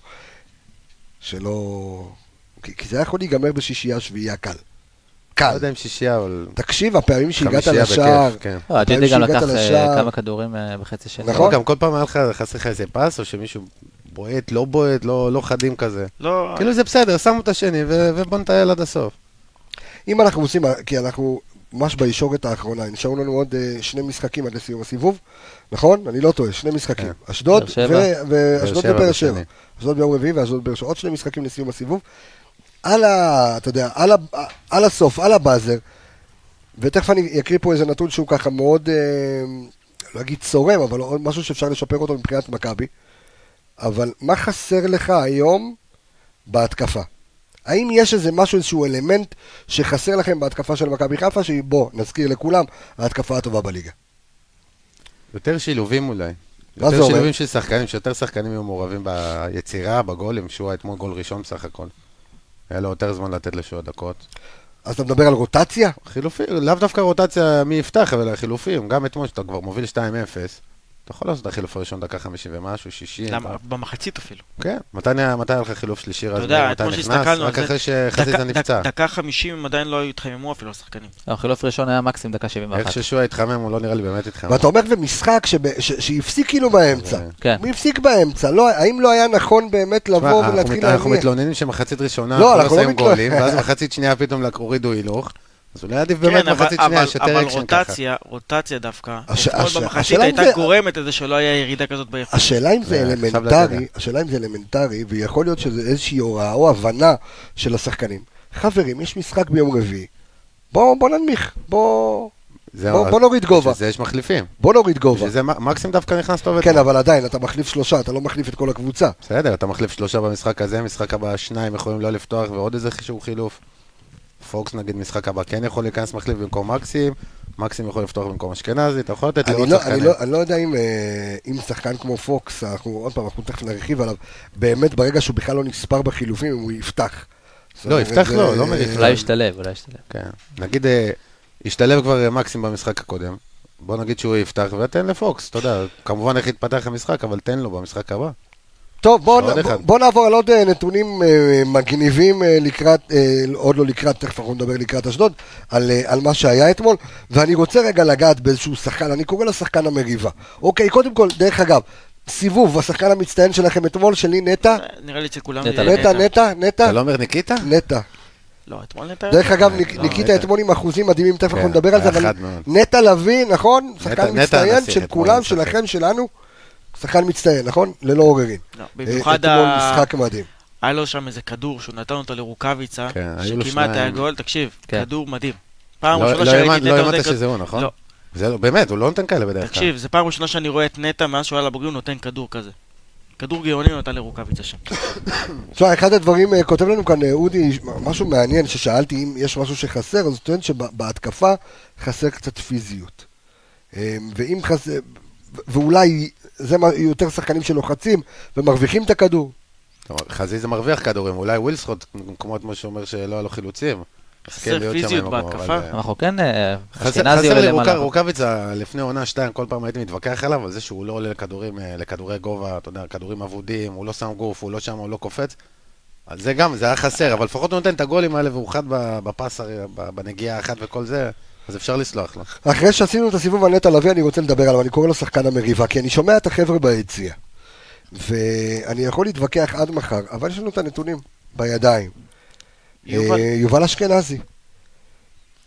שלא... כי כי זה היה יכול להיגמר בשישייה שביעייה קל. לא קל. יודע אם שישייה, אבל תקשיב, הפעמים שהגעת חמישייה לשער, בכיף, כן. לא, הג'די גם שהגעת לקח אה, לשער. כמה כדורים אה, בחצי שני. נכון. גם כל פעם היה לך, חסר לך איזה פס, או שמישהו בועט, לא בועט, לא לא חדים כזה. לא, כאילו זה בסדר, שמו את השני, ו- ובוא נטייל עד הסוף. אם אנחנו עושים, כי אנחנו ממש בישורת האחרונה, נשארו לנו עוד אה, שני משחקים עד לסיום הסיבוב, נכון? אני לא טועה, שני משחקים. אשדוד כן. באר שבע. ו- ואשדוד באר שבע ובאר בשני. שבע. אשדוד ביום רביעי ואשדוד באר שבע. עוד שני משחקים לסיום הסיבוב. על ה... אתה יודע, על, ה, על הסוף, על הבאזר, ותכף אני אקריא פה איזה נתון שהוא ככה מאוד, אה, לא אגיד צורם, אבל עוד משהו שאפשר לשפר אותו מבחינת מכבי. אבל מה חסר לך היום בהתקפה? האם יש איזה משהו, איזשהו אלמנט שחסר לכם בהתקפה של מכבי חיפה, שהיא, בוא, נזכיר לכולם, ההתקפה הטובה בליגה. יותר שילובים אולי. מה זה יותר אומר? שילובים של שחקנים, שיותר שחקנים יהיו מעורבים ביצירה, בגולים, שהוא היה אתמול גול ראשון בסך הכל. היה לו יותר זמן לתת לשועה דקות. אז אתה מדבר על רוטציה? חילופים, לאו דווקא רוטציה מי יפתח, אבל החילופים, גם אתמול שאתה כבר מוביל 2-0, אתה יכול לעשות את החילוף הראשון דקה 50 ומשהו, 60. למה? במחצית אפילו. כן, מתי היה מתי היה לך חילוף שלישי, רז אתה יודע, מאיר, מתי אתמול נכנס? שהסתכלנו על רק זה, אחרי שחזיזה דקה- נפצע. דק- דקה חמישים הם עדיין לא התחממו אפילו השחקנים. לא, חילוף ראשון היה מקסימום דקה איך 71. ששועה התחמם, הוא לא נראה לי באמת התחמם. נכון. ואתה אומר ומשחק שב- ש- שהפסיק כאילו באמצע. כן. כן. מי הפסיק באמצע? לא, האם לא היה נכון באמת תשמע, לבוא אנחנו ולהתחיל מת- לא- אנחנו להניע? מתלוננים שמחצית ראשונה לא, אנחנו לא אנחנו לא שמים מתלונ- גולים, ואז מחצית שנייה פתאום לקחו- הורידו הילוך, אז אולי עדיף באמת כן, אבל- מחצית שנייה, אבל- שתר אבל אקשן ככה. רוטציה, רוטציה דווקא, הש- הש- אתמול במחצית השאלה אם הייתה זה- גורמת לזה שלא היה ירידה כזאת באיכות. השאלה אם זה זה עכשיו אלמנטרי, לדבר. השאלה אם זה אלמנטרי, ויכול להיות שזה איזושהי הוראה או הבנה של השחקנים. חברים, יש משחק ביום רביעי. בוא, בוא ננמיך, בוא, זהו, בוא- אז בוא נוריד גובה. בשביל זה יש מחליפים. בוא נוריד גובה. בשביל זה מ- מקסימום דווקא נכנס טוב כן, אתמול. אבל עדיין, אתה מחליף שלושה, אתה לא מחליף את כל הקבוצה. בסדר, אתה מחליף שלושה במשחק הזה, משחק הבא שניים יכולים לא לפתוח ועוד איזה חישוב חילוף. פוקס נגיד משחק הבא כן יכול להיכנס מחליף במקום מקסים, מקסים יכול לפתוח במקום אשכנזי, אתה יכול לתת אני לעוד לא, אני, שחקנים. לא, אני לא יודע אם, אה, אם שחקן כמו פוקס, אנחנו עוד פעם, אנחנו תכף נרחיב עליו, באמת ברגע שהוא בכלל לא נספר בחילופים, אם הוא יפתח. זאת אומרת, יפתח זה- אה, לא, לא מריח. אולי הוא ישתלב, אולי ישתלב. כן. נגיד, אה, השתלב כבר אה, מקסים במשחק הקודם, בוא נגיד שהוא יפתח ותן לפוקס, אתה יודע, כמובן איך יתפתח המשחק, אבל תן לו במשחק הבא. טוב, בוא, עוד בוא, אחד. בוא נעבור על עוד אה, נתונים אה, מגניבים אה, לקראת, אה, עוד לא לקראת, תכף אנחנו נדבר לקראת אשדוד, על, אה, על מה שהיה אתמול, ואני רוצה רגע לגעת באיזשהו שחקן, אני קורא לו שחקן המריבה. אוקיי, קודם כל, דרך אגב, סיבוב, השחקן המצטיין שלכם אתמול, שלי נטע, נראה לי שכולם... נטע, יהיה- נטע, נטע, נטע, אתה לא אומר ניקיטה? נטע. לא, אתמול נטע... דרך אגב, ניק- לא, ניקיטה נטע. אתמול עם אחוזים מדהימים, תכף כן, אנחנו נדבר על זה, היה אבל חד מאוד. נטע לביא, נכון? נטע- שחקן נטע מצטיין הנסיך של אתמול, כולם, אין ספק. שלכם, שלנו. שחקן מצטיין, נכון? ללא עוררין. לא, אה, במיוחד אתמול ה- משחק מדהים. היה לו שם איזה כדור שהוא נתן אותו לרוקאביצה, כן, היו לו שכמעט היה שניים. גול, תקשיב, כן. כדור מדהים. פעם לא- ראשונה לא שראיתי האמנת- את לא נטע האמנת נותן כדור- שזה הוא, נכון? לא, זה לא, באמת, הוא לא נותן כאלה בדרך כלל. תקשיב, זו פעם ראשונה שאני רואה את נטע מאז שהוא היה לבוגרים נותן כדור כזה. כדור גאוני הוא נתן לרוקאביצה שם. תשמע, אחד הדברים, אה, כותב לנו כאן אה, אודי, משהו מעניין, ששאלתי אם יש משהו שחסר, אז הוא טוען שבהתקפה חסר קצת פיזיות. אה, ואם חסר... ו- ואולי זה מה- יהיו יותר שחקנים שלוחצים ומרוויחים את הכדור. טוב, חזיזה מרוויח כדורים, אולי ווילסקוט, כמו את מה שאומר שלא היה לו חילוצים. יזכה חסר להיות שם פיזיות עם המקום, בהתקפה. אבל, אה, אנחנו כן, אה, חסר אשכנזי חסר עולה לי למעלה. רוקא- רוקאביצה לפני עונה שתיים, כל פעם הייתי מתווכח עליו, על זה שהוא לא עולה לכדורים, אה, לכדורי גובה, אתה יודע, כדורים אבודים, הוא לא שם גוף, הוא לא שם, הוא לא קופץ. אז זה גם, זה היה חסר, אבל לפחות הוא נותן את הגולים האלה והוא חד ב- בפס, הרי, ב- בנגיעה האחת וכל זה, אז אפשר לסלוח לו. אחרי שעשינו את הסיבוב על נטע לביא, אני רוצה לדבר עליו, אני קורא לו שחקן המריבה, כי אני שומע את החבר'ה ביציע. ואני יכול להתווכח עד מחר, אבל יש לנו את הנתונים בידיים. יובל- יובל, יובל אשכנזי.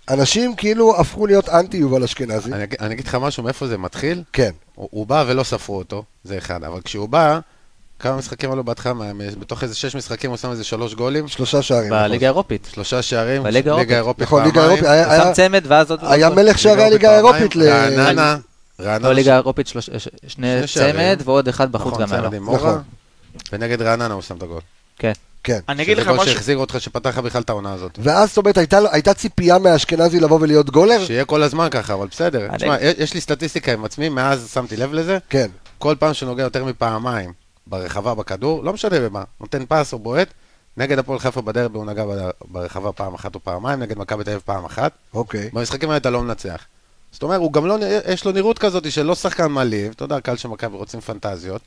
אנשים כאילו הפכו להיות אנטי יובל אשכנזי. אני אגיד- אני אגיד לך משהו, מאיפה זה מתחיל? כן, הוא, הוא בא ולא ספרו אותו, זה אחד, אבל כשהוא בא, כמה משחקים עלו בהתחלה, מה- מ- בתוך איזה שש משחקים הוא שם איזה שלוש גולים, שלושה שערים. בליגה האירופית. שלושה שערים, בליגה האירופית. האירופית נכון, ליגה פעמיים, אירופית. היה- הוא היה- שם צמד ואז עוד... היה עוד- מלך שערי הליגה האירופית. פעמיים, ל- רעננה, רעננה. לא, ליגה האירופית שלוש- ש- שני שני שערים. צמד ועוד אחד בחוץ נכון, והמעלה. צמד עם מורה, נכון. ונגד רעננה הוא שם את הגול. כן. כן. אני אגיד לך שזה גול משהו, שהחזיר אותך, שפתח לך בכלל את העונה הזאת. ואז זאת אומרת, הייתה לו- הייתה ציפייה מאשכנזי לבוא ולהיות גולר? שיהיה כל הזמן ככה, אבל בסדר. אני- תשמע, יש יש לי סטטיסטיקה עם עצמי, מאז שמתי לב לזה, כן. כל פעם שהוא נוגע יותר מפעמיים ברחבה, בכדור, לא משנה במה, נותן פס או בועט, נגד הפועל חיפה בדרבי הוא נגע ב- ברחבה פעם אחת או פעמיים, נגד מכבי תל אביב פעם אחת. אוקיי. במשחקים האלה אתה לא מנצח. זאת אומרת, הוא גם לא, נ- יש לו נראות כזאת שלא שחקן מעליב, אתה יודע, קהל של מכבי רוצים פנטזיות.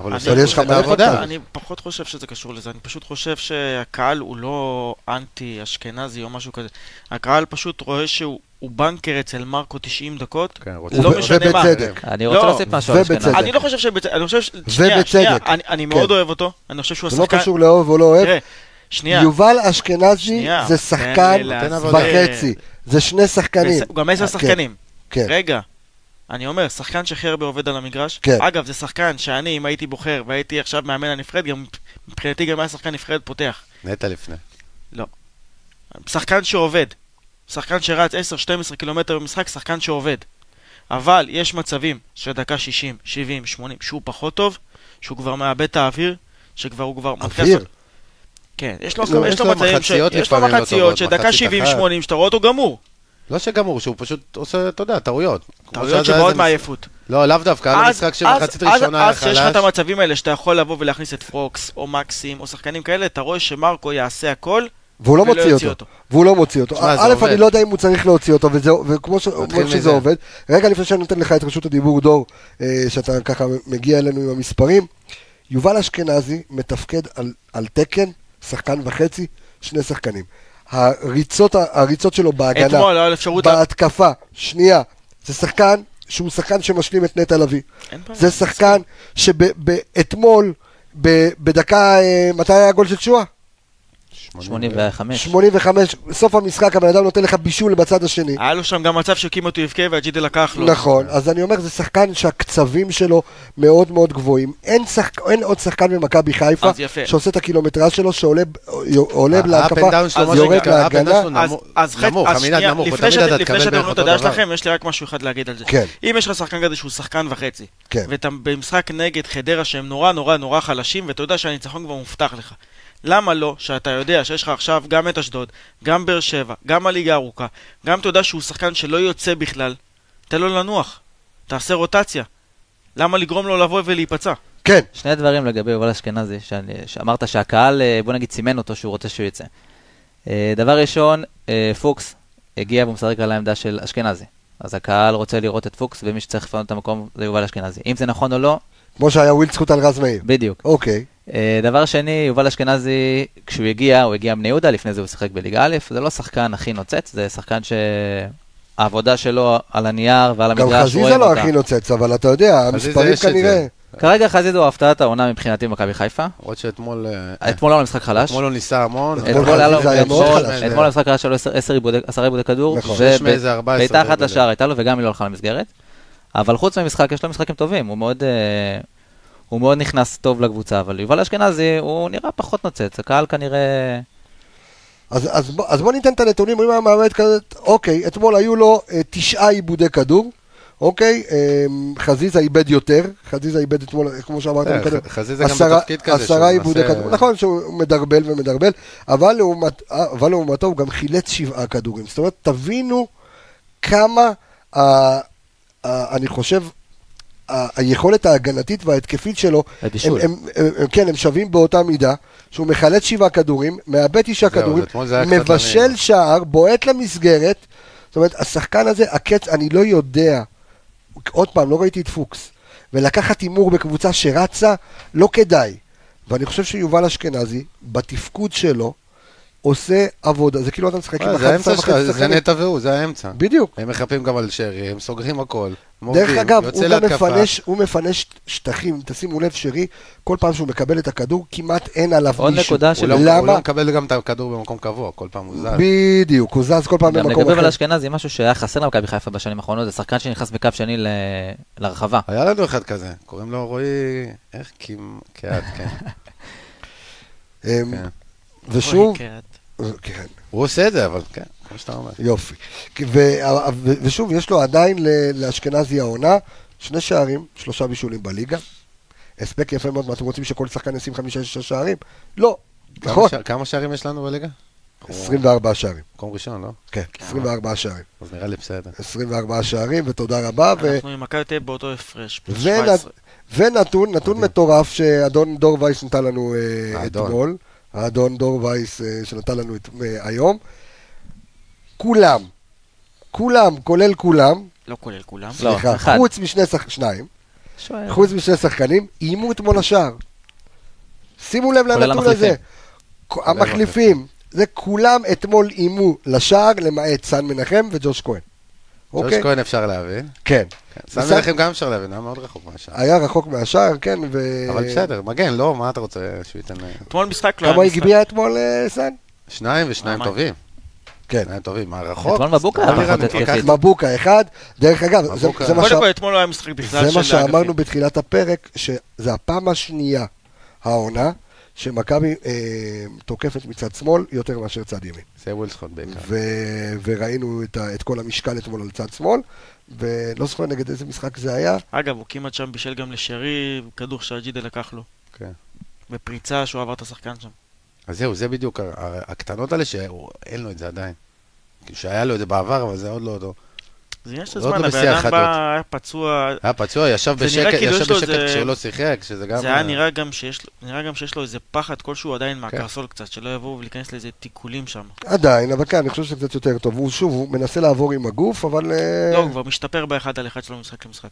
אבל הוא אני- עושה- אבל יש לך הוא עושה את מלא העבודה. פנטזיות. אני פחות חושב שזה קשור לזה, אני פשוט חושב שהקהל הוא לא אנטי אשכנזי או משהו כזה. הקהל פשוט רואה שהוא הוא בנקר אצל מרקו 90 דקות. כן, רוצה- לא וב- משנה מה. ובצדק. אני רוצה לא, להוסיף משהו על ובצדק. אשכנזי. בצדק. אני לא חושב שבצדק, אני חושב ש... שנייה, ובצדק. שנייה, אני- אני כן. מאוד אוהב אותו, אני חושב שהוא זה לא השחקן... קשור לאהוב או לא אוהב. תראה, שנייה. יובל אשכנזי שנייה, כן, זה תן שחקן לי נותן להסביר. עבודה. וחצי. זה שני שחקנים. הוא גם עשר כן, שחקנים. כן. רגע, אני אומר, שחקן שהכי הרבה עובד על המגרש. כן. אגב, זה שחקן שאני, אם הייתי בוחר והייתי עכשיו מאמן הנבחרת, גם מבחינתי גם היה שחקן נבחרת פותח. נטע לפני. שחקן שעובד. שחקן שרץ 10-12 קילומטר במשחק, שחקן שעובד. אבל יש מצבים של דקה 60, 70, 80, שהוא פחות טוב, שהוא כבר מאבד את האוויר, שכבר הוא כבר... מתחיל אוויר. לעשות- כן, יש לו, יש לו יש לו מצבים, ש... מחציות יש לו לפעמים לא מחציות טובות, שדקה מחצית 70, אחת. 80, שאתה רואה אותו גמור. לא שגמור, שהוא פשוט עושה, אתה יודע, טעויות. כמו טעויות שאז היה שבאות איזה משחק- מעייפות. לא, לאו דווקא, היה לו משחק שמחצית ראשונה היה אז כשיש לך את חלש. המצבים האלה שאתה יכול לבוא ולהכניס את פרוקס, או מקסים, או שחקנים כאלה, אתה רואה שמרקו יעשה הכל, והוא לא ולא מוציא יוציא אותו. והוא לא מוציא אותו. תשמע, זה א', עובד. אני לא יודע אם הוא צריך להוציא אותו, וזה- וכמו ש- נתחיל כמו מזה. שזה עובד. רגע לפני שאני נותן לך את רשות הדיבור, דור, אה, שאתה ככה מגיע אלינו עם המספרים, יובל אשכנזי מתפקד על- על תקן, שחקן וחצי, שני שחקנים. הריצות ה- הריצות שלו בהגנה, אתמול היה לו אפשרות... בהתקפה, שנייה, זה שחקן שהוא שחקן שמשלים את נטע לביא. אין בעיה. אה, זה שחקן שאתמול, בדקה, אה, מתי היה הגול של שואה? 85. 85, סוף המשחק הבן אדם נותן לך בישול בצד השני. היה לו שם גם מצב שכמעט הוא יבכה והג'ידה לקח לו. נכון, אז אני אומר, זה שחקן שהקצבים שלו מאוד מאוד גבוהים. אין, שחק... אין עוד שחקן במכבי חיפה אז יפה. שעושה את הקילומטרז שלו, שעולה אה, עולה להתקפה, האפ-אנד-דאון שלו, אז מה יורד שנקרא, האפ-אנד-דאון להגנה. שלו אז- נמוך, אז חצי, נמוך, אז המילה שנייה, נמוך, לפני ותמיד שאתם- אתה לפני תקבל שאתם בערך אומרים את אותו הדעה דבר. שלכם, יש לי רק משהו אחד להגיד על זה. כן. אם יש לך שחקן כזה שהוא שחקן וחצי, כן. ואתה במשחק נגד חדרה שהם נורא נורא נורא חלשים, ואתה יודע שהניצחון כבר מובטח לך. למה לא שאתה יודע שיש לך עכשיו גם את אשדוד, גם באר שבע, גם הליגה הארוכה, גם אתה יודע שהוא שחקן שלא יוצא בכלל, תן לו לנוח, תעשה רוטציה. למה לגרום לו לבוא ולהיפצע? כן, שני דברים לגבי יובל אשכנזי, שאני- שאמרת שהקהל, אה, בוא נגיד, סימן אותו שהוא רוצה שהוא יצא. אה, דבר ראשון, אה, פוקס הגיע והוא משחק על העמדה של אשכנזי. אז הקהל רוצה לראות את פוקס, ומי שצריך לפנות את המקום זה יובל אשכנזי. אם זה נכון או לא, כמו שהיה ווילד זכות על רז מאיר. בדיוק. אוקיי, אה, דבר שני, יובל אשכנזי, כשהוא הגיע, הוא הגיע מבני יהודה, לפני זה הוא שיחק בליגה א', זה לא שחקן הכי נוצץ, זה שחקן שהעבודה שלו על הנייר ועל גם המגרש, רואים חזיזה אותה. לא הכי נוצץ, אבל אתה יודע, חזיזה המספרים יש את כנראה... זה. כרגע חזיזה הוא הפתעת העונה מבחינתי במכבי חיפה. למרות שאתמול... אה, אתמול היה לו משחק חלש. אתמול הוא ניסה המון. אתמול אתמול היה לו, חזיזה היה מאוד אתמול- חלש. אתמול אה, המשחק היה שלו עשר- עשר עיבודי- עשרה עיבודי כדור, נכון. שש מאיזה 14 ובעיטה אחת בעיבודי. לשער הייתה לו וגם היא לא הלכה למסגרת. אבל חוץ ממשחק, יש לו משחקים טובים, הוא מאוד... אה, הוא מאוד נכנס טוב לקבוצה, אבל יובל אשכנזי, הוא נראה פחות נוצץ, הקהל כנראה... אז, אז, בוא, אז בוא ניתן את הנתונים, אם היה מאמן כזה, אוקיי, אתמול היו לו אה, תשעה עיבודי כדור, אוקיי, אה, חזיזה איבד יותר, חזיזה איבד אתמול, אה, כמו שאמרת, אה, מקודם, ח- חזיזה גם עשרה- בתפקיד כזה שהוא עשרה עיבודי מנסה- כדור, נכון שהוא מדרבל ומדרבל, אבל, לעומת, אה, אבל לעומתו הוא גם חילץ שבעה כדורים, זאת אומרת, תבינו כמה, אה, אה, אני חושב, ה- היכולת ההגנתית וההתקפית שלו, הם, הבישול. הם, הם, הם, כן, הם שווים באותה מידה, שהוא מחלץ שבעה כדורים, מאבד תשעה זהו, אז כדורים, אתמול זה היה קצת מבשל לנעים. שער, בועט למסגרת, זאת אומרת, השחקן הזה, הקץ, אני לא יודע, עוד פעם, לא ראיתי את פוקס, ולקחת הימור בקבוצה שרצה, לא כדאי. ואני חושב שיובל אשכנזי, בתפקוד שלו, עושה עבודה, זה כאילו אתה משחק עם אה, זה 11 האמצע שלך, וחצי זה שחקנים. נטע והוא, זה האמצע. בדיוק. הם מחפים גם על שרי, הם סוגרים הכל. דרך מורדים, אגב, יוצא הוא גם להתקפה. מפנש, הוא מפנש שטחים, תשימו לב, שרי, כל פעם שהוא מקבל את הכדור, כמעט אין עליו מישהו. עוד נקודה הוא של... לא- הוא למה? לא מקבל גם את הכדור במקום קבוע, כל פעם הוא זז. בדיוק, הוא זז כל פעם גם במקום לגבי אחר. אבל אשכנזי, משהו שהיה חסר למכבי חיפה בשנים האחרונות, זה שחקן שנכנס בקו שני ל- לרחבה. אה, היה לנו אחד כזה, קוראים לו רועי... איך? קים... קהת, כן. אמ, כן. ושוב, אוי, קהת. כן, הוא עושה את זה, אבל כן, כמו שאתה אומר. יופי. ו- ו- ושוב, יש לו עדיין ל- לאשכנזי העונה, שני שערים, שלושה בישולים בליגה. הספק יפה מאוד, מה אתם רוצים שכל שחקן ישים חמישה-שישה שערים? לא, כמה נכון, שער- כמה שערים יש לנו בליגה? 24 שערים. מקום ראשון, לא? כן, 24 שערים. אז נראה לי בסדר. 24 שערים, ותודה רבה. ו- אנחנו עם מכבי תל אביב באותו הפרש, פלוס ונ- 17. ונתון, נתון מטורף שאדון דור וייס נתן לנו אה, האדון. אתמול, האדון דור וייס אה, שנתן לנו את- אה, היום, כולם, כולם, כולל כולם, לא כולל כולם. לא, סליחה, אחד. חוץ משני שחקנים, שניים, שוער. חוץ משני שחקנים, איימו אתמול לשער. שימו לב כולל לנתון הזה. המחליפים. כ- המחליפים, זה כולם אתמול איימו לשער, למעט סן מנחם וג'וש כהן. ג'וש אוקיי? כהן אפשר להבין. כן. סמי וסן- לכם גם אפשר להבין, היה מאוד רחוק מהשאר. היה רחוק מהשער, כן, ו... אבל בסדר, מגן, לא, מה אתה רוצה שהוא ייתן להם? אתמול משחק לא היה כמה היא משחק. הגביעה אתמול, אה, סן? שניים ושניים פעמיים. טובים. כן. שניים טובים, מה רחוק? אתמול מבוקה אה, היה לא נראה פחות לי כל התקפית. כך- מבוקה אחד. דרך אגב, זה- מבוקה. זה מה נכון. אוקיי. קודם שה- כל אתמול לא היה משחק בכלל זה מה של האגפים. שאמרנו בתחילת הפרק, שזה הפעם השנייה העונה שמכבי אה, תוקפת מצד שמאל יותר מאשר צד ימין. זה ווילסון בעיקר. ו- וראינו את ה- את כל המשקל אתמול על צד שמאל, ולא זוכר נגד איזה משחק זה היה. אגב, הוא כמעט שם בישל גם לשרי, כדור שהג'ידה לקח לו. כן. בפריצה שהוא עבר את השחקן שם. אז זהו, זה בדיוק, ה- ה- הקטנות האלה שאין לו את זה עדיין. כאילו שהיה לו את זה בעבר, אבל זה עוד לא אותו. זה עניין של עוד זמן, לא הבן בשיא אדם החטאות. בא, היה פצוע, היה פצוע, ישב זה נראה בשקט, כאילו יש ישב לו בשקט איזה- כשהוא לא שיחק, שזה גם... כן. זה היה נראה גם שיש לו- נראה גם שיש לו איזה פחד כלשהו עדיין מהקרסול קצת, שלא יבואו ולהיכנס לאיזה תיקולים שם. עדיין, אבל כן, אני חושב שזה קצת יותר טוב. הוא שוב, הוא מנסה לעבור עם הגוף, אבל... אה, לא, הוא כבר משתפר באחד על אחד שלו ממשחק למשחק.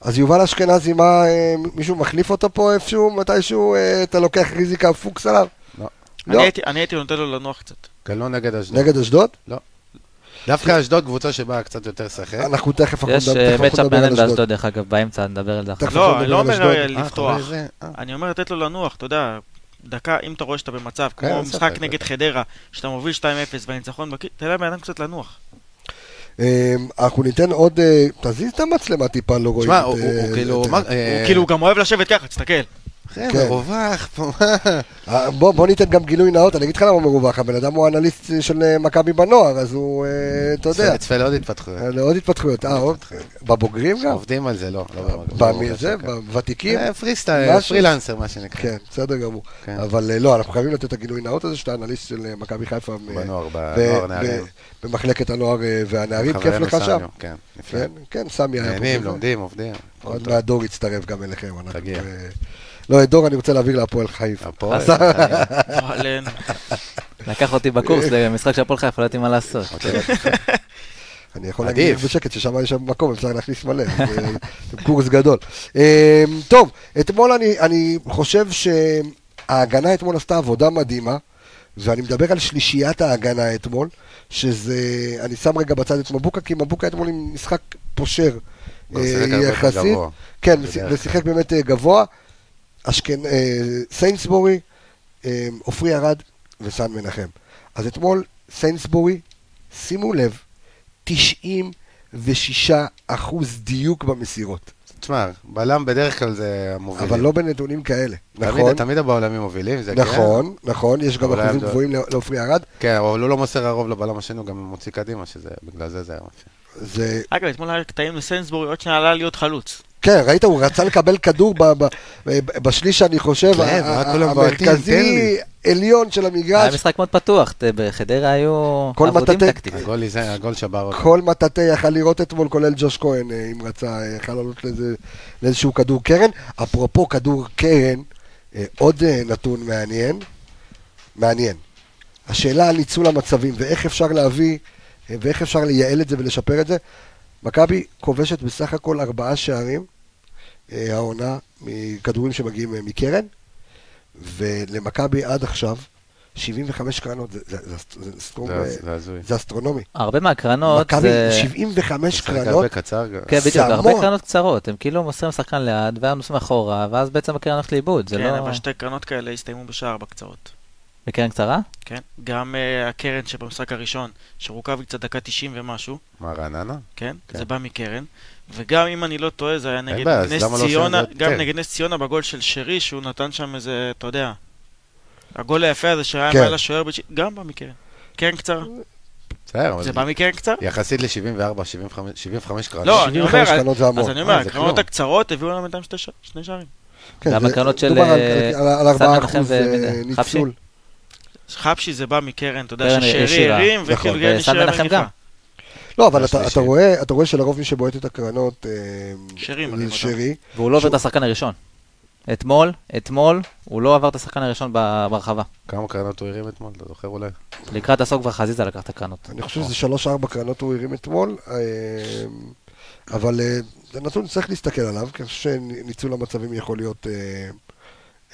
אז יובל אשכנזי, מה, אה, מישהו מחליף אותו פה איפשהו, מתישהו, אה, אתה לוקח ריזיקה פוקס עליו? לא. לא? אני הייתי- אני הייתי נותן לו לנוח קצת. גם לא נגד אשדוד. נגד אשדוד? דווקא אשדוד, קבוצה שבאה קצת יותר לשחק. אנחנו תכף אנחנו אה? יש נדבר- אה, תכף אנחנו מצ'אפ נדבר על מעניין אשדוד. באשדוד, דרך אגב, באמצע, נדבר על זה אחר תכף. כך. אנחנו לא, אני מדברים על לא אומר אשדוד. אה, אה, לפתוח. אחרי זה, אה. אני אומר לתת לו לנוח, אתה יודע, דקה, אם אתה רואה שאתה במצב, כן, כמו אין משחק ספק, נגד בטח. חדרה, שאתה מוביל 2-0 והניצחון בקיא, תן לבן אדם קצת לנוח. אה, אנחנו ניתן עוד, אה, תזיז את המצלמה טיפה, לא רואים. תשמע, את, הוא אה, הוא- הוא כאילו... את- מה- הוא אה, כאילו גם אוהב לשבת ככה, תסתכל. אחי, כן. מרווח פה, מה? אה, בוא בוא ניתן גם גילוי נאות, אני אגיד לך למה הוא מרווח, הבן אדם הוא אנליסט של אה, מכבי בנוער, אז הוא, אה, אתה יודע, נצפה לעוד התפתחויות. אה, לעוד התפתחויות. אה, עוד- בבוגרים גם? עובדים על זה, לא. לא במקום. במי זה? כן. בוותיקים? אה, פריסטייל, משהו. פרילנסר, מה שנקרא. כן, בסדר גמור. כן. אבל אה, לא, אנחנו חייבים לתת את הגילוי נאות הזה, שאתה אנליסט של אה, מכבי חיפה. אה, בנוער, ב- ב- בנוער, נערים. במחלקת הנוער אה, והנערים, כיף חברנו לך שם. סמיו, כן, נפלא. כן, כן, סמי היה פה. נהנים, בזה. לומדים, עובדים. עוד מעט דור יצטרף גם אליכם. אנחנו, תגיע. אה, לא, את דור אני רוצה להעביר להפועל חיפה. הפועל, אז- [laughs] אבל לקח אותי בקורס למשחק של הפועל חיפה, לא ידעתי מה לעשות. אוקיי, אני יכול עדיף. להגיד בשקט ששם יש שם מקום, אפשר להכניס מלא. זה קורס גדול. אה, טוב, אתמול אני- אני חושב שההגנה אתמול עשתה עבודה מדהימה, ואני מדבר על שלישיית ההגנה אתמול, שזה, אני שם רגע בצד את מבוקה, כי מבוקה אתמול עם משחק פושר הוא לא, שיחק הרבה אה, יותר יחסית. גבוה. כן, בדרך כלל. ושיחק באמת אה, גבוה. אשכנ... אה, סיינסבורי, אה, עופרי ארד וסן מנחם. אז אתמול סיינסבורי, שימו לב, 96 אחוז דיוק במסירות. תשמע, בלם בדרך כלל זה המובילים. אבל לא בנתונים כאלה. אוקיי. תמיד- נכון, תמיד הבעולמים מובילים, זה כן. נכון, נכון, יש גם אבל אחוזים היה- גבוהים לא- לעופרי ארד. כן, אבל הוא לא מוסר הרוב לבלם השני, הוא גם מוציא קדימה, שזה, בגלל זה זה היה מפחיד. זה אגב, אתמול היה קטעים לסיינסבורי, עוד שנייה עלה להיות חלוץ. כן, ראית, הוא רצה לקבל כדור ב- ב- ב- בשליש, אני חושב, כן, ה- רק ה- כל הבועטים, תן המרכזי לי. עליון של היה המגרש. משחק מאוד פתוח, ת- בחדרה היו אוקיי. כל עבודים מטאטא- אה, טקטית. הגול הזה, הגול שבר אותו. כל מטאטא יכל לראות אתמול, כולל ג'וש כהן, אה, אם רצה, אה, יכל לעלות לאיזה- לאיזשהו כדור קרן. אפרופו כדור קרן, אה, עוד אה, נתון מעניין. מעניין. השאלה על ניצול המצבים, ואיך אפשר להביא, אה, ואיך אפשר לייעל את זה ולשפר את זה. מכבי כובשת בסך הכל ארבעה שערים, אה, העונה, מכדורים שמגיעים אה, מקרן, ולמכבי עד עכשיו, 75 קרנות, זה, זה, זה, זה, זה, סכום, זה אה, זה הזוי. זה אסטרונומי. הרבה מהקרנות מכבי זה... 75 משחק הרבה קרנות, קצר. גם. כן, בדיוק, זה הרבה המון. קרנות קצרות, הם כאילו מוסרים שחקן ליד, ואז נוסעים אחורה, ואז בעצם הקרן הולכת לאיבוד, זה כן, לא... אבל שתי קרנות כאלה הסתיימו בשער בקצרות. בקרן קצרה? כן, גם אה, הקרן שבמשחק הראשון, שרוקאביץ' דקה 90 ומשהו, מה, רעננה? כן? כן. זה בא מקרן. וגם אם אני לא טועה, זה היה נגד בעיה, אז נס למה לא עושים ציונה, את זה גם יותר? נגד נס ציונה בגול של שרי, שהוא נתן שם איזה, אתה יודע, הגול היפה הזה שהיה כן. מעל השוער, בצ'- גם בא מקרן. קרן קצרה. בסדר, אבל זה בא מקרן קצרה? יחסית ל-74, 75 קרנות. לא, אני 75 אומר, קרנות זה אז המון. אני אומר, אה, זה הקרנות כלום. הקצרות הביאו לנו בינתיים שתי ש- שני שערים. כן, גם זה- הקרנות של, דובר על- אה, על- על 4 סאן מנחם אחוז אה, וזה, חפשי. ניצול. חפשי זה בא מקרן, אתה יודע, קרן ששרי ישירה. הרים, נכון, וכאילו קרן וסן ישירה מנחם מניחה. גם. לא, אבל אתה- השלישי. אתה רואה- אתה רואה שלרוב מי שבועט את הקרנות אה, שרי מרים זה אותם. שרי. והוא לא עובר שהוא- את השחקן הראשון. אתמול, אתמול, הוא לא עבר את השחקן הראשון ב- ברחבה. כמה קרנות הוא הרים אתמול? אתה זוכר אולי? לקראת הסוף כבר חזיזה לקח את הקרנות. אני נכון. חושב שזה 3-4 קרנות הוא הרים אתמול, אה, אבל אה, זה נתון שצריך להסתכל עליו, כי אני חושב שניצול המצבים יכול להיות אה,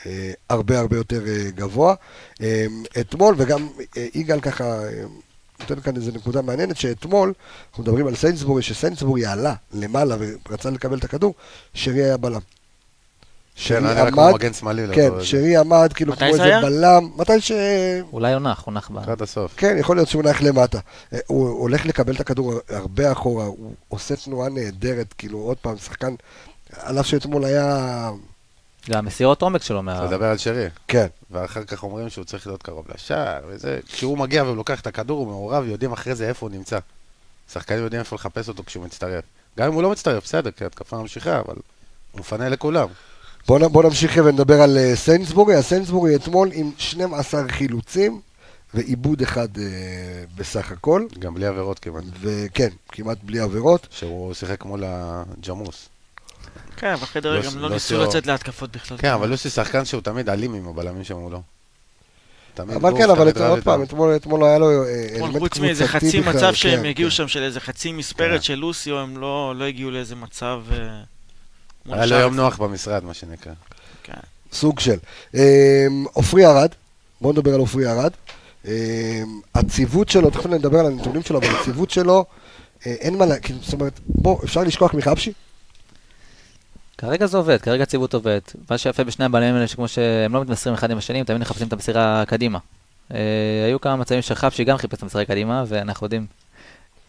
אה, הרבה הרבה יותר אה, גבוה. אה, אתמול, וגם אה, יגאל ככה אה, נותן כאן איזו נקודה מעניינת, שאתמול, אנחנו מדברים על סיינסבורי, שסיינסבורי עלה למעלה ורצה לקבל את הכדור, שרי היה בלם. שרי כן, היה כן, רק עמד, מגן שמאלי. לא כן, אותו- שרי עמד כאילו מתי כמו זה איזה היה? בלם, מתי ש... אולי הוא נח, הוא נח ב... לקראת הסוף. כן, יכול להיות שהוא נח למטה. אה, הוא הולך לקבל את הכדור הרבה אחורה, הוא עושה תנועה נהדרת, כאילו, עוד פעם, שחקן, על אף שאתמול היה... גם מסירות עומק שלו אתה מה... מדבר על שרי. כן, ואחר כך אומרים שהוא צריך להיות קרוב לשער, וזה, כשהוא מגיע והוא לוקח את הכדור, הוא מעורב, יודעים אחרי זה איפה הוא נמצא. שחקנים יודעים איפה לחפש אותו כשהוא מצטרף. גם אם הוא לא מצטרף, בסדר, כי התקפה ממשיכה, אבל הוא מפנה לכולם. בואו נ- בואו נמשיך ונדבר על אה, סיינסבורי. הסיינסבורי אתמול עם 12 חילוצים ועיבוד אחד אה, בסך הכל, גם בלי עבירות כמעט. וכן, כמעט בלי עבירות. שהוא שיחק מול הג'מוס. כן, אבל חדר לא- גם לא לא ניסו סיוע. לצאת להתקפות בכלל. כן, אבל לוסי שחקן שהוא תמיד אלים עם הבלמים שמולו. תמיד אבל גוף, כן, אבל תמיד את- עוד רב פעם, איתם. אתמול אתמול היה לו אה, אלמנט אתמול קבוצתי חוץ מאיזה חצי בכלל, מצב כן, שהם כן. הגיעו שם של איזה חצי כן. מספרת של לוסיו, הם לא לא הגיעו לאיזה מצב... אה, מול היה לו השאר. יום נוח במשרד, מה שנקרא. כן. סוג של. אה, עופרי ארד, בואו נדבר על עופרי ארד. אה, הציוות שלו, תכף נדבר על הנתונים שלו, אבל הציוות שלו, אה, אין מה, לה- כאילו, זאת אומרת, בוא, אפשר לשכוח מחבשי? כרגע זה עובד, כרגע הציבות עובד. מה שיפה בשני הבעלים האלה, שכמו שהם לא מתמסרים אחד עם השני, הם תמיד מחפשים את המסירה קדימה. אה, היו כמה מצבים של חפשי גם חיפש את המסירה קדימה, ואנחנו יודעים,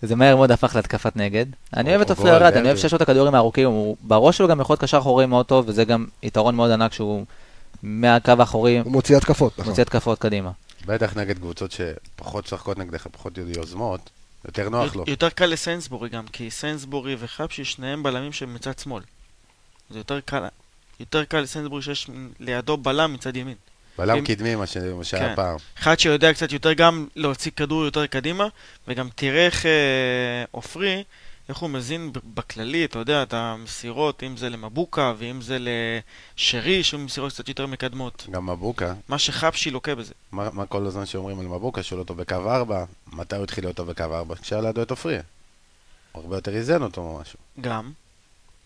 זה מהר מאוד הפך להתקפת נגד. אני אוהב את הוא עופרי גורל, ארד, אני דרבי. אוהב שיש לו את הכדורים הארוכים, הוא בראש שלו גם יכול להיות קשר אחורי מאוד טוב, וזה גם יתרון מאוד ענק שהוא מהקו האחורי הוא מוציא התקפות, נכון. מוציא התקפות קדימה. בטח נגד קבוצות שפחות שחקות נגדך, פחות יוזמות, יותר נוח לו. יותר קל לסיינסבורי גם, כי סיינסבורי וחפשי שניהם בלמים שהם מצד שמאל. זה יותר קל. יותר קל לסיינסבורי שיש לידו בלם מצד ימין. בלם אם- קדמי, מה ש- מה כן. שהיה פעם. אחד שיודע קצת יותר גם להוציא כדור יותר קדימה, וגם תראה איך אה, עופרי, איך הוא מזין ב- בכללי, אתה יודע, את המסירות, אם זה למבוקה, ואם זה לשרי, שהוא מסירות קצת יותר מקדמות. גם מבוקה, מה שחפשי לוקה בזה. מה, מה כל הזמן שאומרים על מבוקה, שהוא לא טוב בקו 4, מתי הוא התחיל להיות טוב בקו 4? כשהיה לידו את עופרי. הוא הרבה יותר איזן אותו או משהו. גם.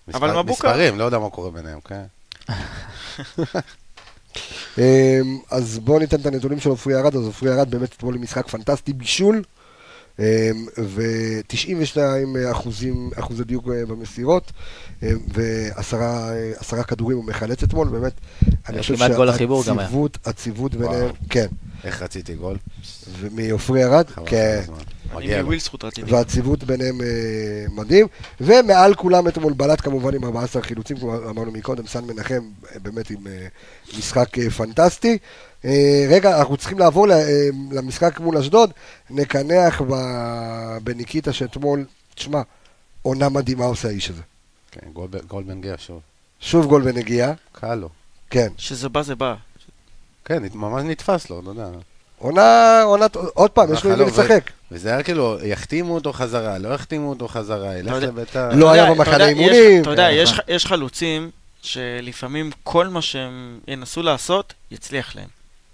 מספר, אבל מבוקה- מספרים, לא יודע מה קורה ביניהם, כן? אה, אז בואו ניתן את הנתונים של עופרי ארד, אז עופרי ארד באמת אתמול עם משחק פנטסטי, בישול, ו-92 אחוזים, אחוזי דיוק אה, במסירות, אמ, ועשרה אה, עשרה כדורים הוא מחלץ אתמול, באמת, אני אה, חושב כמעט גול החיבור גם היה. שהציוות, הציוות וואו. ביניהם, כן, איך רציתי גול? ומעופרי ארד, חבל על כן. הזמן. אני מגיע לו. מווילסקוט רציתי. והציוות ביניהם אה, מדהים, ומעל כולם אתמול בלט כמובן עם 14 חילוצים, כמו אמרנו מקודם, סן מנחם אה, באמת עם אה, משחק אה, פנטסטי. אה, רגע, אנחנו צריכים לעבור ל- אה, למשחק מול אשדוד, נקנח ב- בניקיטה שאתמול, תשמע, עונה מדהימה עושה האיש הזה. כן, גולדברג- גולדמן גאה שוב. שוב גול בנגיעה, קל לו. כן. שזה בא זה בא. כן, נת- ממש נתפס לו, אתה יודע. עונה, עונת, עוד פעם, יש לו עם מי והחלום, ו- לשחק. וזה היה כאילו, יחתימו אותו חזרה, לא יחתימו אותו חזרה, ילך יודע- לביתר. לא אתה היה יודע, במחנה אתה יודע, יש- אימונים. אתה יודע, כן, יש נכון. ח- יש חלוצים שלפעמים כל מה שהם ינסו לעשות, יצליח להם.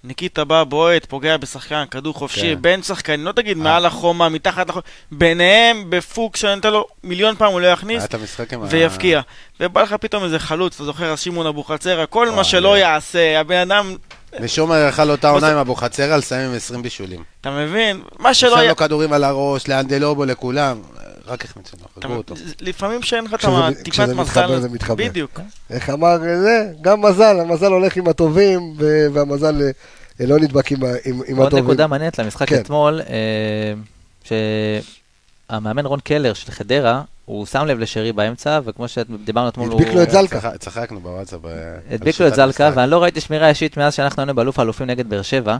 ניקיטה בא, בועט, פוגע בשחקן, כדור חופשי, כן. בין שחקנים, לא תגיד אה. מעל החומה, מתחת לחומה, ביניהם, בפוקס, שנתן לו מיליון פעם, הוא לא יכניס, היה את המשחק עם ה- ויפקיע. ובא לך פתאום איזה חלוץ, אתה זוכר, אז שמעון אבוחצירא, כל אה, מה וואי. כן. שלא יעשה, הבן אדם, ושומר אכל אותה עושה- עונה עם אבוחצירא, לסיים עם 20 בישולים. אתה מבין? מה שלא שם לא היה... לו כדורים על הראש, לאנדלובו, לכולם. רק החמיצו לו, אתה חגגו מבין? אותו. זה- לפעמים שאין לך את כשזה- ה- כשזה טיפת מתחבר, מזל, זה מתחבר. בדיוק. איך אמר אה, זה? גם מזל, המזל הולך עם הטובים, ו- והמזל אה, לא נדבק עם, ה- עם, עם עוד הטובים. נקודה מעניינת למשחק כן. אתמול, אה, שהמאמן רון קלר של חדרה, הוא שם לב לשרי באמצע, וכמו שדיברנו אתמול, הדביק הוא- לו לא, את זלקה. צחק- צחקנו בוואטסאפ. אה, על הדביק לו שיטת את זלקה, משחק. ואני לא ראיתי שמירה אישית מאז שאנחנו היינו באלוף האלופים נגד באר שבע,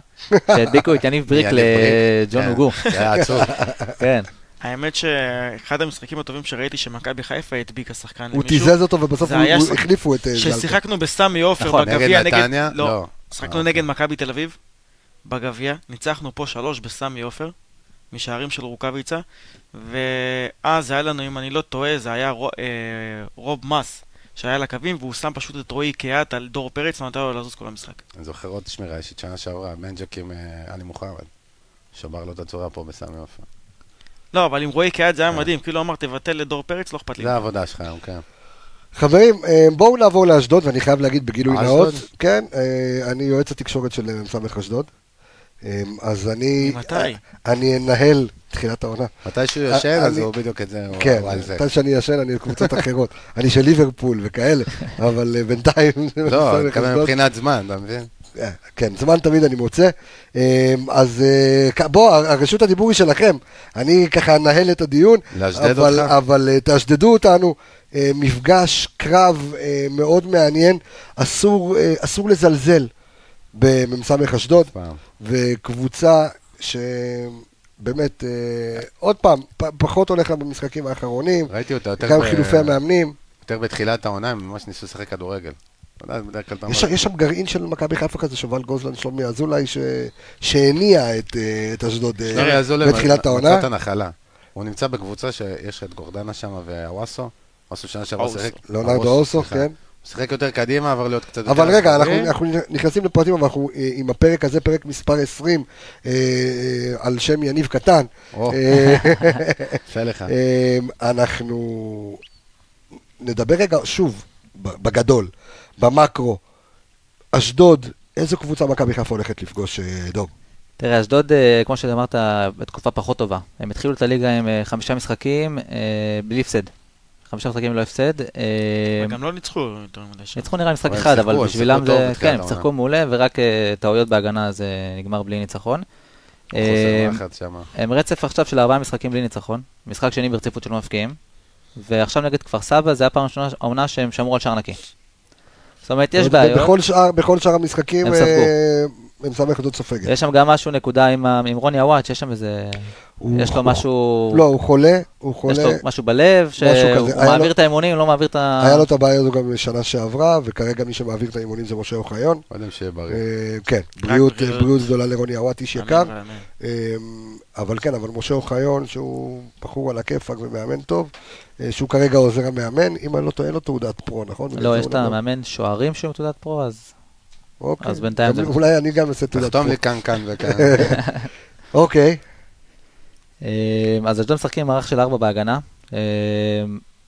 שהדביקו את יניב בריק יניב בריק. לג'ון כן, הוגו. [laughs] זה היה [laughs] עצוב. כן, האמת שאחד המשחקים הטובים שראיתי שמכבי חיפה הדביקה שחקן הוא למישהו, תיזז אותו ובסוף זה הוא- היה הוא ש- החליפו את אה, זלקה. ששיחקנו בסמי עופר נכון, בגביע נגד נגד... נתניה? לא, לא. שיחקנו נגד מכבי תל אביב בגביע, ניצחנו פה שלוש בסמי עופר, משערים של רוקאביצה, ואז היה לנו, אם אני לא טועה, זה היה רו- אה, רוב מס שהיה על הקווים, והוא שם פשוט את רועי קיאט על דור פרץ, ונתן לו לזוז כל המשחק. אני זוכר עוד שמירה אישית שנה שעברה, מנג'ק עם אה, עלי מוחמד. שבר לו את הצורה פה בסמי עופר. לא, אבל עם רועי קיאט זה היה אה. מדהים, כאילו אמר, תבטל לדור פרץ, לא אכפת לי. זה העבודה שלך היום, כן. חברים, אה, בואו נעבור לאשדוד, ואני חייב להגיד בגילוי נאות. אשדוד? כן, אה, אני יועץ התקשורת של אה, מ"ס אשדוד. אה, אז אני... אה, ממתי? אני אנהל תחילת העונה. מתי שהוא אה, ישן, אז אני- הוא בדיוק את זה, הוא- כן, הוא על זה. מתי שאני ישן אני בקבוצות אחרות. אני של ליברפול וכאלה, אבל אה, בינתיים... [laughs] לא, אני אשדוד. מתכוון מבחינת זמן, אתה מבין? אה, כן, זמן תמיד אני מוצא. אה, אז אה, כ- בוא, הרשות הדיבור היא שלכם. אני ככה אנהל את הדיון. לאשדד אבל- אותך? אבל אה, תאשדדו אותנו. אה, מפגש קרב אה, מאוד מעניין. אסור אה, אסור לזלזל במ"ס אשדוד. פעם. וקבוצה שבאמת, אה, עוד פעם, פ- פחות הולכת במשחקים האחרונים, ראיתי אותה יותר גם ב- חילופי המאמנים. יותר בתחילת העונה, הם ממש ניסו לשחק כדורגל. אתה יודע, בדרך כלל אתה יש, אומר- יש שם גרעין של מכבי חיפה כזה, שובל גוזלן, שלומי אזולאי, ש... שהניע את, אה, את אשדוד אה, שלומי אזולאי בתחילת מצא- העונה. מצא את הנחלה. הוא נמצא בקבוצה שיש את גורדנה שם והוואסו. וואסו שנה שעברה אוסו. שיחק. לאונרדו אוסו, אוסו, סליחה. כן. הוא שיחק יותר קדימה, עבר להיות קצת יותר... אבל רגע, אחורי. אנחנו, אנחנו נכנסים לפרטים, אבל אנחנו אה, עם הפרק הזה, פרק מספר 20, אה, אה, על שם יניב קטן. או, [laughs] אה, יפה לך. אמ, אנחנו נדבר רגע שוב, ב- בגדול, במקרו, אשדוד, איזו קבוצה מכבי חיפה הולכת לפגוש אה, דום? תראה, אשדוד, אה, כמו שאמרת, בתקופה פחות טובה. הם התחילו את הליגה עם אה, חמישה משחקים אה, בלי הפסד. חמישה משחקים ללא הפסד. אה, וגם לא ניצחו יותר מדי שם. ניצחו נראה לי משחק אבל הם אחד, שיחקו, אבל הם בשבילם שיחקו טוב זה... בתחילת כן, הם העונה. שיחקו מעולה, ורק אה, טעויות בהגנה אז אה, נגמר בלי ניצחון. אה, חוסר לחץ שם. הם רצף עכשיו של ארבעה משחקים בלי ניצחון. משחק שני ברציפות שלא מפקיעים. ועכשיו נגד כפר סבא, זה הפעם הראשונה, העונה שהם שמרו על שער נקי. זאת אומרת, יש ב- בעיות. בכל שאר, בכל שאר המשחקים, הם ספגו. אה, הם סמך נקודות סופגת. יש שם גם משהו, נקודה עם ה- עם רוני עוואט, שיש שם איזה... הוא- יש לו משהו... לא, הוא חולה, הוא יש לו חולה. משהו בלב, משהו שהוא כזה. היה מעביר לו- את האימונים, לא מעביר את ה... היה לו את הבעיה הזו גם בשנה שעברה, וכרגע מי שמעביר את האימונים זה משה אוחיון. קודם לא שיהיה בריא. אה, כן, בריאות בריאות. בריאות גדולה לרוני עוואט, איש אמן יקר. ואמן. אמ, אבל כן, אבל משה אוחיון, שהוא בחור על הכיפאק ומאמן טוב, אה, שהוא כרגע עוזר המאמן, אם אני לא טועה, אין לו תעודת פרו, נכון? לא, יש את תעודת- המאמן שוערים שהוא עם תעודת פרו, אז... אוקיי. אז בינתיים גם- זה- אולי אני גם אעשה תעודת תחתום פרו. לי כאן, כאן [laughs] וכאן. אוקיי, אה, אז אשדוד משחקים עם מערך של ארבע בהגנה. אה,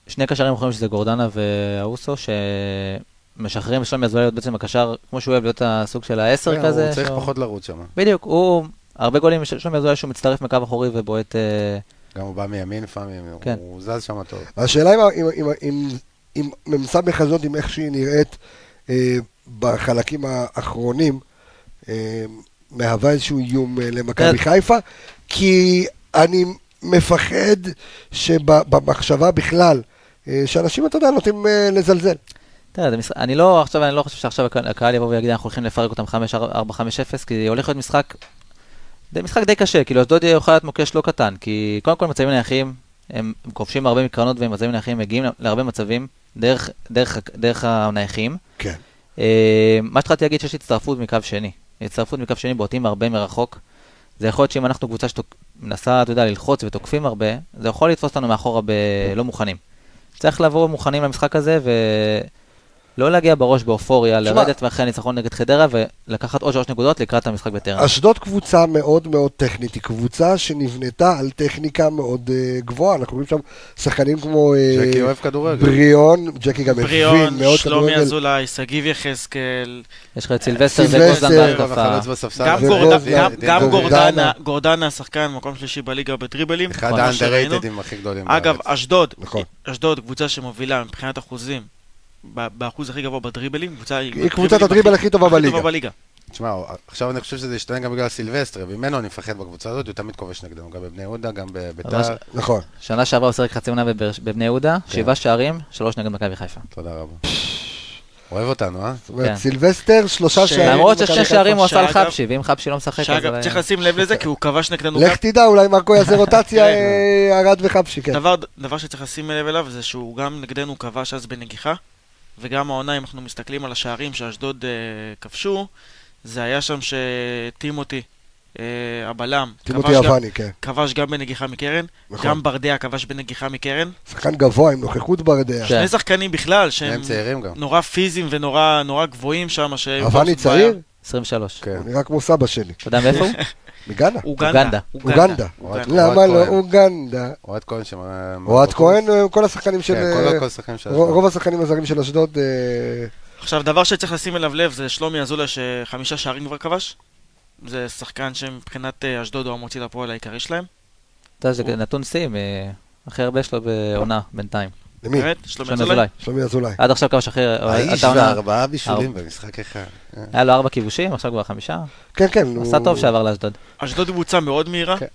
שני קשרים אחרונים שזה גורדנה והאוסו, שמשחררים את שלומי אזולאי להיות בעצם הקשר, כמו שהוא אוהב להיות הסוג של העשר כזה. כן, הוא צריך שהוא- פחות לרוץ שם. בדיוק, הוא... הרבה גולים של שלומי אזולאי שהוא מצטרף מקו אחורי ובועט... אה, גם הוא בא מימין לפעמים, הוא- כן. הוא זז שם טוב. השאלה אם ה- אם- אם- אם- אם מ"ס הזאת, עם איך שהיא נראית אה, בחלקים האחרונים, אה, מהווה איזשהו איום אה, למכבי כן. חיפה, כי אני מפחד שבמחשבה בכלל, אה, שאנשים, אתה יודע, נוטים אה, לזלזל. תראה, זה משחק, אני לא, עכשיו, אני לא חושב שעכשיו הקהל- הקהל יבוא ויגיד, אנחנו הולכים לפרק אותם 4-5-0, כי הולך להיות משחק, זה משחק די קשה, כאילו אשדוד יוכל להיות מוקש לא קטן, כי קודם כל מצבים נייחים, הם, הם כובשים הרבה מקרנות והם מצבים נייחים, מגיעים לה- להרבה מצבים, דרך, דרך, ה- דרך הנייחים. כן. אה, מה שהתחלתי להגיד שיש הצטרפות מקו שני. הצטרפות מקו שני בועטים הרבה מרחוק. זה יכול להיות שאם אנחנו קבוצה שמנסה, אתה יודע, ללחוץ ותוקפים הרבה, זה יכול לתפוס אותנו מאחורה בלא מוכנים. צריך לבוא מוכנים למשחק הזה ולא להגיע בראש באופוריה, תשמע- לרדת מאחרי הניצחון נגד חדרה ולקחת עוד שלוש נקודות לקראת המשחק בטרנר. אשדוד קבוצה מאוד מאוד טכנית, היא קבוצה שנבנתה על טכניקה מאוד אה, גבוהה, אנחנו רואים שם שחקנים כמו אה, ג'קי אוהב כדורגל. בריאון, ג'קי גם בריאון, מבין מאוד שלומי כדורגל, אזולאי, שגיב יחזקאל, יש לך את סילבסטר סילבסטר, וגוזלן בהתקפה. החלוץ בספסל. גם וגולדהר, גורדנה- גם- גם וגולדהר. גורדנה, גורדנה שחקן, מקום שלישי בליגה בדריבלים. אחד כמו שראינו. האנדררייטדים הכי גדולים. אגב, בארץ. אשדוד, נכון. אשדוד קבוצה שמובילה מבחינת אחוזים, ב- באחוז הכי גבוה בדריבלים, קבוצה עם היא הדריבלים קבוצת הדריבל הכי טובה הכי בליגה. טובה בליגה. תשמע, עכשיו אני חושב שזה ישתנה גם בגלל סילבסטר, וממנו אני מפחד בקבוצה הזאת, הוא תמיד כובש נגדנו, גם בבני יהודה, גם ממש- בביתר. נכון. שנה שעברה הוא שיחק חצי עונה בבאר- בבני יהודה, כן. שבעה שערים, שלוש נגד מכבי חיפה. תודה רבה. אוהב אותנו, אה? זאת אומרת, כן. סילבסטר, שלושה ש- שערים. למרות כן, מכבי ששני חיפה. שערים הוא עשה על שאגב- חבשי, ואם חבשי לא משחק אז... שאגב, צריך לשים לב לזה, כי הוא כבש נגדנו לך תדע, אולי מרקו יעשה רוטציה, כן. אה, ארד וחבשי, כן. דבר, דבר שצריך לשים לב אליו זה שהוא גם נגדנו כבש אז בנגיחה, וגם העונה, אם אנחנו מסתכלים על השערים שאשדוד אה, כבשו, זה היה שם שטימותי, אה, הבלם, תימותי כבש גם- יווני, כן. כבש גם בנגיחה מקרן, נכון. גם ברדע כבש בנגיחה מקרן. שחקן גבוה עם נוכחות ברדע. כן. שני שחקנים בכלל, שהם שניהם צעירים גם. נורא פיזיים ונורא נורא גבוהים שם, שהם... יווני צעיר? 23. כן. הוא נראה כמו סבא שלי. אתה יודע [laughs] מאיפה הוא? מגאנה. אוגנדה. אוגנדה. אוגנדה. למה אוהד לא? כהן. אוגנדה. אוהד כהן שם... אוהד כהן, אה, כל השחקנים של... כן, אה, כל- כל השחקנים של רוב אשדוד. רוב השחקנים הזרים של אשדוד... אה, עכשיו, דבר שצריך לשים אליו לב זה שלומי אזולאי שחמישה שערים כבר כבש. זה שחקן שמבחינת אה, אשדוד הוא המוציא לפועל העיקרי שלהם. אתה יודע, זה נתון שיא, אה, הכי הרבה שלו בעונה בינתיים. למי? באמת? שלומי שלומי אזולאי. אזולאי. שלומי אזולאי. עד עכשיו כמה שחרר, האיש הייתה עונה, וארבעה בישולים במשחק אחד. היה לו ארבע כיבושים, עכשיו כבר חמישה. כן, כן. הוא- עשה טוב שעבר לאשדוד. אשדוד היא קבוצה מאוד מהירה. כן.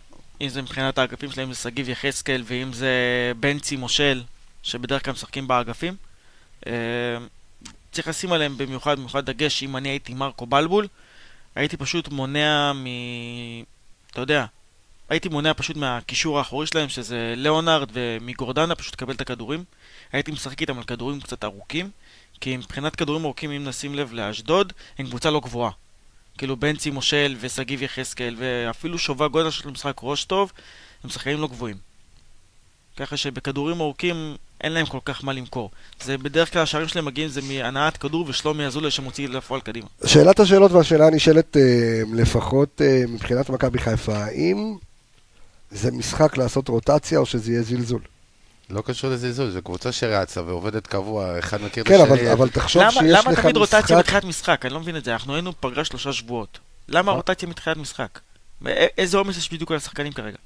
אם זה מבחינת האגפים שלהם זה שגיב יחזקאל, ואם זה בנצי מושל, שבדרך כלל משחקים באגפים. אה, צריך לשים עליהם במיוחד, במיוחד דגש, אם אני הייתי מרקו בלבול, הייתי פשוט מונע מ... אתה יודע, הייתי מונע פשוט מהקישור האחורי שלהם, שזה ליאונרד ומגורדנה, פשוט לקבל את הכדורים. הייתי משחק איתם על כדורים קצת ארוכים, כי מבחינת כדורים ארוכים, אם נשים לב לאשדוד, הם קבוצה לא גבוהה. כאילו בנצי מושל ושגיב יחזקאל, ואפילו שובה גודל של משחק ראש טוב, הם שחקנים לא גבוהים. ככה שבכדורים ארוכים אין להם כל כך מה למכור. זה בדרך כלל השערים שלהם מגיעים זה מהנעת כדור ושלומי אזולאי שמוציא לפועל קדימה. שאלת השאלות והשאלה הנשאלת אה, לפחות אה, מבחינת מכבי חיפה, האם זה משחק לעשות רוטציה או שזה יהיה זלזול? לא קשור לזלזול, זו קבוצה שרצה ועובדת קבוע, אחד מכיר את כן, אבל- השני. אבל תחשוב למה, שיש למה לך תמיד רוטציה משחק... מתחילת משחק? אני לא מבין את זה. אנחנו היינו פגרה שלושה שבועות. למה רוטציה מתחילת משחק? א- איזה עומס יש בדיוק על השחקנים כרגע?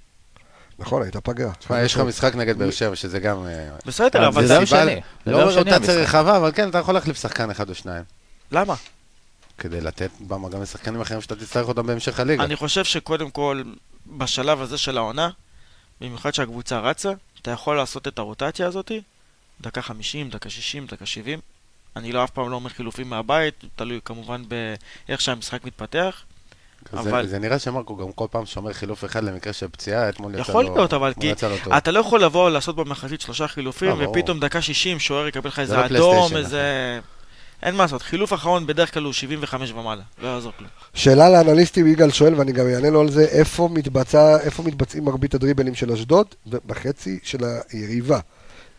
נכון, הייתה פגרה. תשמע, יש לך משחק נגד באר שבע, שזה גם... אה, בסדר, אבל לא, זה זה... ביום סיבה- שני, זה לא ביום שני רוטציה המשחק. רחבה, אבל כן, אתה יכול להחליף שחקן אחד או שניים. למה? כדי לתת במה גם לשחקנים אחרים שאתה תצטרך אותם בהמשך הליגה. אני חושב שקודם כל, בשלב הזה של העונה, במיוחד שהקבוצה רצה, אתה יכול לעשות את הרוטציה הזאת, דקה 50, דקה 60, דקה 70. אני לא אף פעם לא אומר חילופים מהבית, תלוי כמובן באיך שהמשחק מתפתח. זה- אבל- זה נראה שמרקו גם כל פעם שומר חילוף אחד למקרה של פציעה, אתמול יצא לו... יכול להיות, אבל אתמול כי- יצא לו טוב. אתה לא יכול לבוא לעשות במחצית שלושה חילופים, לא, ברור. ופתאום דקה 60 שוער יקבל לך לא איזה אדום, פלייסטיישן, איזה... אין מה לעשות, חילוף אחרון בדרך כלל הוא 75 ומעלה, לא יעזור כלום. שאלה לאנליסטים, יגאל שואל, ואני גם אענה לו על זה, איפה, מתבצע, איפה מתבצעים מרבית הדריבלים של אשדוד? בחצי של היריבה,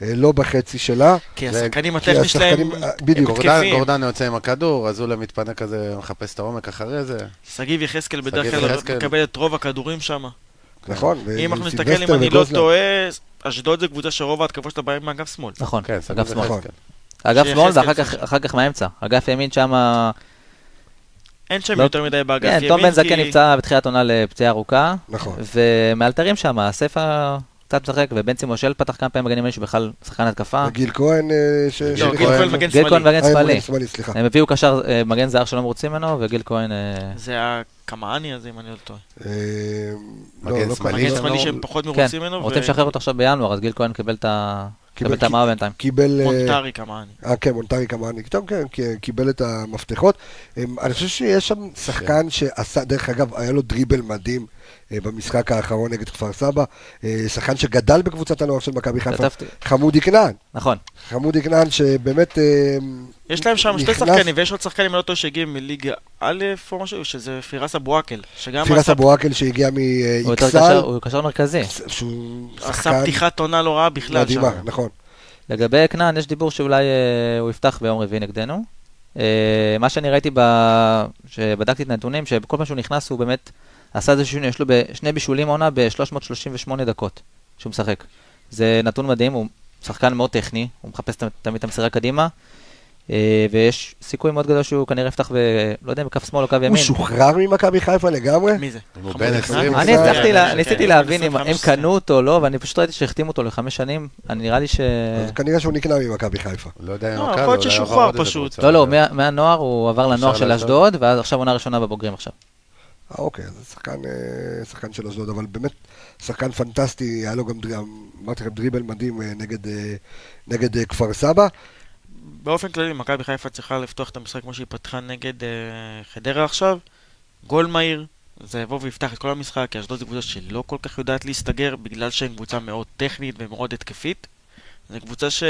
אה, לא בחצי שלה. כי זה- השחקנים כי הטכני שלהם, השחקנים- אה, בדיוק. גורדן, התקפים. גורדן יוצא עם הכדור, אז הוא מתפנה כזה, מחפש את העומק אחרי זה. נכון, שגיב יחזקאל בדרך שגיב כלל יחזקאל. מקבל את רוב הכדורים שם. נכון. אה, אם אנחנו נסתכל, אם וסילבסטר אני לא וגוזלן. טועה, אשדוד זה קבוצה שרוב ההתקפות שלה באים מאגף שמאל. נכון, כן, אגף סגור שמאל. נכון. יחזקאל. אגף שמאל שיחזקאל ואחר כך- אחר כך מהאמצע. אגף ימין שם, אין שם לא- יותר מדי באגף כן, ימין, תום בן זקן כי- נפצע בתחילת עונה לפציעה ארוכה, נכון. ומאלתרים שם, ספר קצת משחק, ובנצי מושל פתח כמה פעמים בגנים האלה שהוא בכלל שחקן התקפה. גיל כהן... אה, ש- לא, ש- לא, גיל כהן מגן גיל כהן שמאלי. מגן אה, שמאלי. מגן שמאלי, סליחה. הם הביאו קשר אה, מגן זר שלא מרוצים ממנו, וגיל כהן... אה, זה הקמאני הזה, אם אני לא טועה. אה, לא, מגן לא שמאלי. כהן. מגן לא- שמאלי שהם פחות כן, מרוצים ממנו. ו- רוצים לשחרר אותו עכשיו בינואר, אז גיל כהן קיבל את ה... קיבל את המער בינתיים. קיבל... אה, מונטרי כמוני. אה, כן, מונטרי כמוני, טוב, כן, כי- קיבל את המפתחות. אמ, אני חושב שיש שם כן. שחקן שעשה, דרך אגב, היה לו דריבל מדהים אה, במשחק האחרון נגד כפר סבא. אה, שחקן שגדל בקבוצת הנוער של מכבי חיפה, כתבתי. חמודי כנען. נכון. חמודי כנען שבאמת... אמ, יש להם שם שתי נכנס- שחקנים, ויש עוד שחקנים לא טועה שהגיע מליגה א' או משהו, שזה פירס אבואקל. שגם פירס עשה- אבואקל שהגיע הוא יותר קשר, מאיקסל, הוא קשר מרכזי. שהוא עשה שחקן פתיחת עונה לא רעה בכלל שם. מדהימה, נכון. לגבי כנען, יש דיבור שאולי אה, הוא יפתח ביום רביעי נגדנו. אה, מה שאני ראיתי, ב- שבדקתי את הנתונים, שכל פעם שהוא נכנס הוא באמת עשה איזה שינוי, יש לו ב- שני בישולים עונה ב-338 דקות שהוא משחק. זה נתון מדהים, הוא שחקן מאוד טכני, הוא מחפש ת- תמיד את המסירה קדימה, אה, ויש סיכוי מאוד גדול שהוא כנראה יפתח, ב- לא יודע אם בכף שמאל או קו ימין. הוא שוחרר ממכבי חיפה לגמרי? מי זה? הוא חמודי בן כנען? 20. אני כן, הצלחתי, לה- כן, ניסיתי כן, להבין אם 25, הם קנו אותו או לא, ואני פשוט ראיתי שהחתימו אותו לחמש שנים, אני נראה לי ש... אז כנראה שהוא נקנה ממכבי חיפה. לא יודע אם לא, הוא קל, יכול להיות אולי הוא ששוחרר עבר עוד איזה פשוט. קבוצה. לא, לא, מה- מהנוער הוא עבר לנוער אפשר של לעשות? אשדוד, ואז עכשיו עונה ראשונה בבוגרים עכשיו. אה, אוקיי, אז זה שחקן, אה, שחקן של אשדוד, אבל באמת שחקן פנטסטי, היה לו גם, דר- אמרתי לכם, דריבל מדהים אה, נגד, אה, נגד אה, כפר סבא. באופן כללי, מכבי חיפה צריכה לפתוח את המשחק כמו שהיא פתחה נגד אה, חדרה עכשיו. גול מהיר, זה יבוא ויפתח את כל המשחק, כי אשדוד זו קבוצה שלא כל כך יודעת להסתגר, בגלל שהיא קבוצה מאוד טכנית ומאוד התקפית. זו קבוצה ש...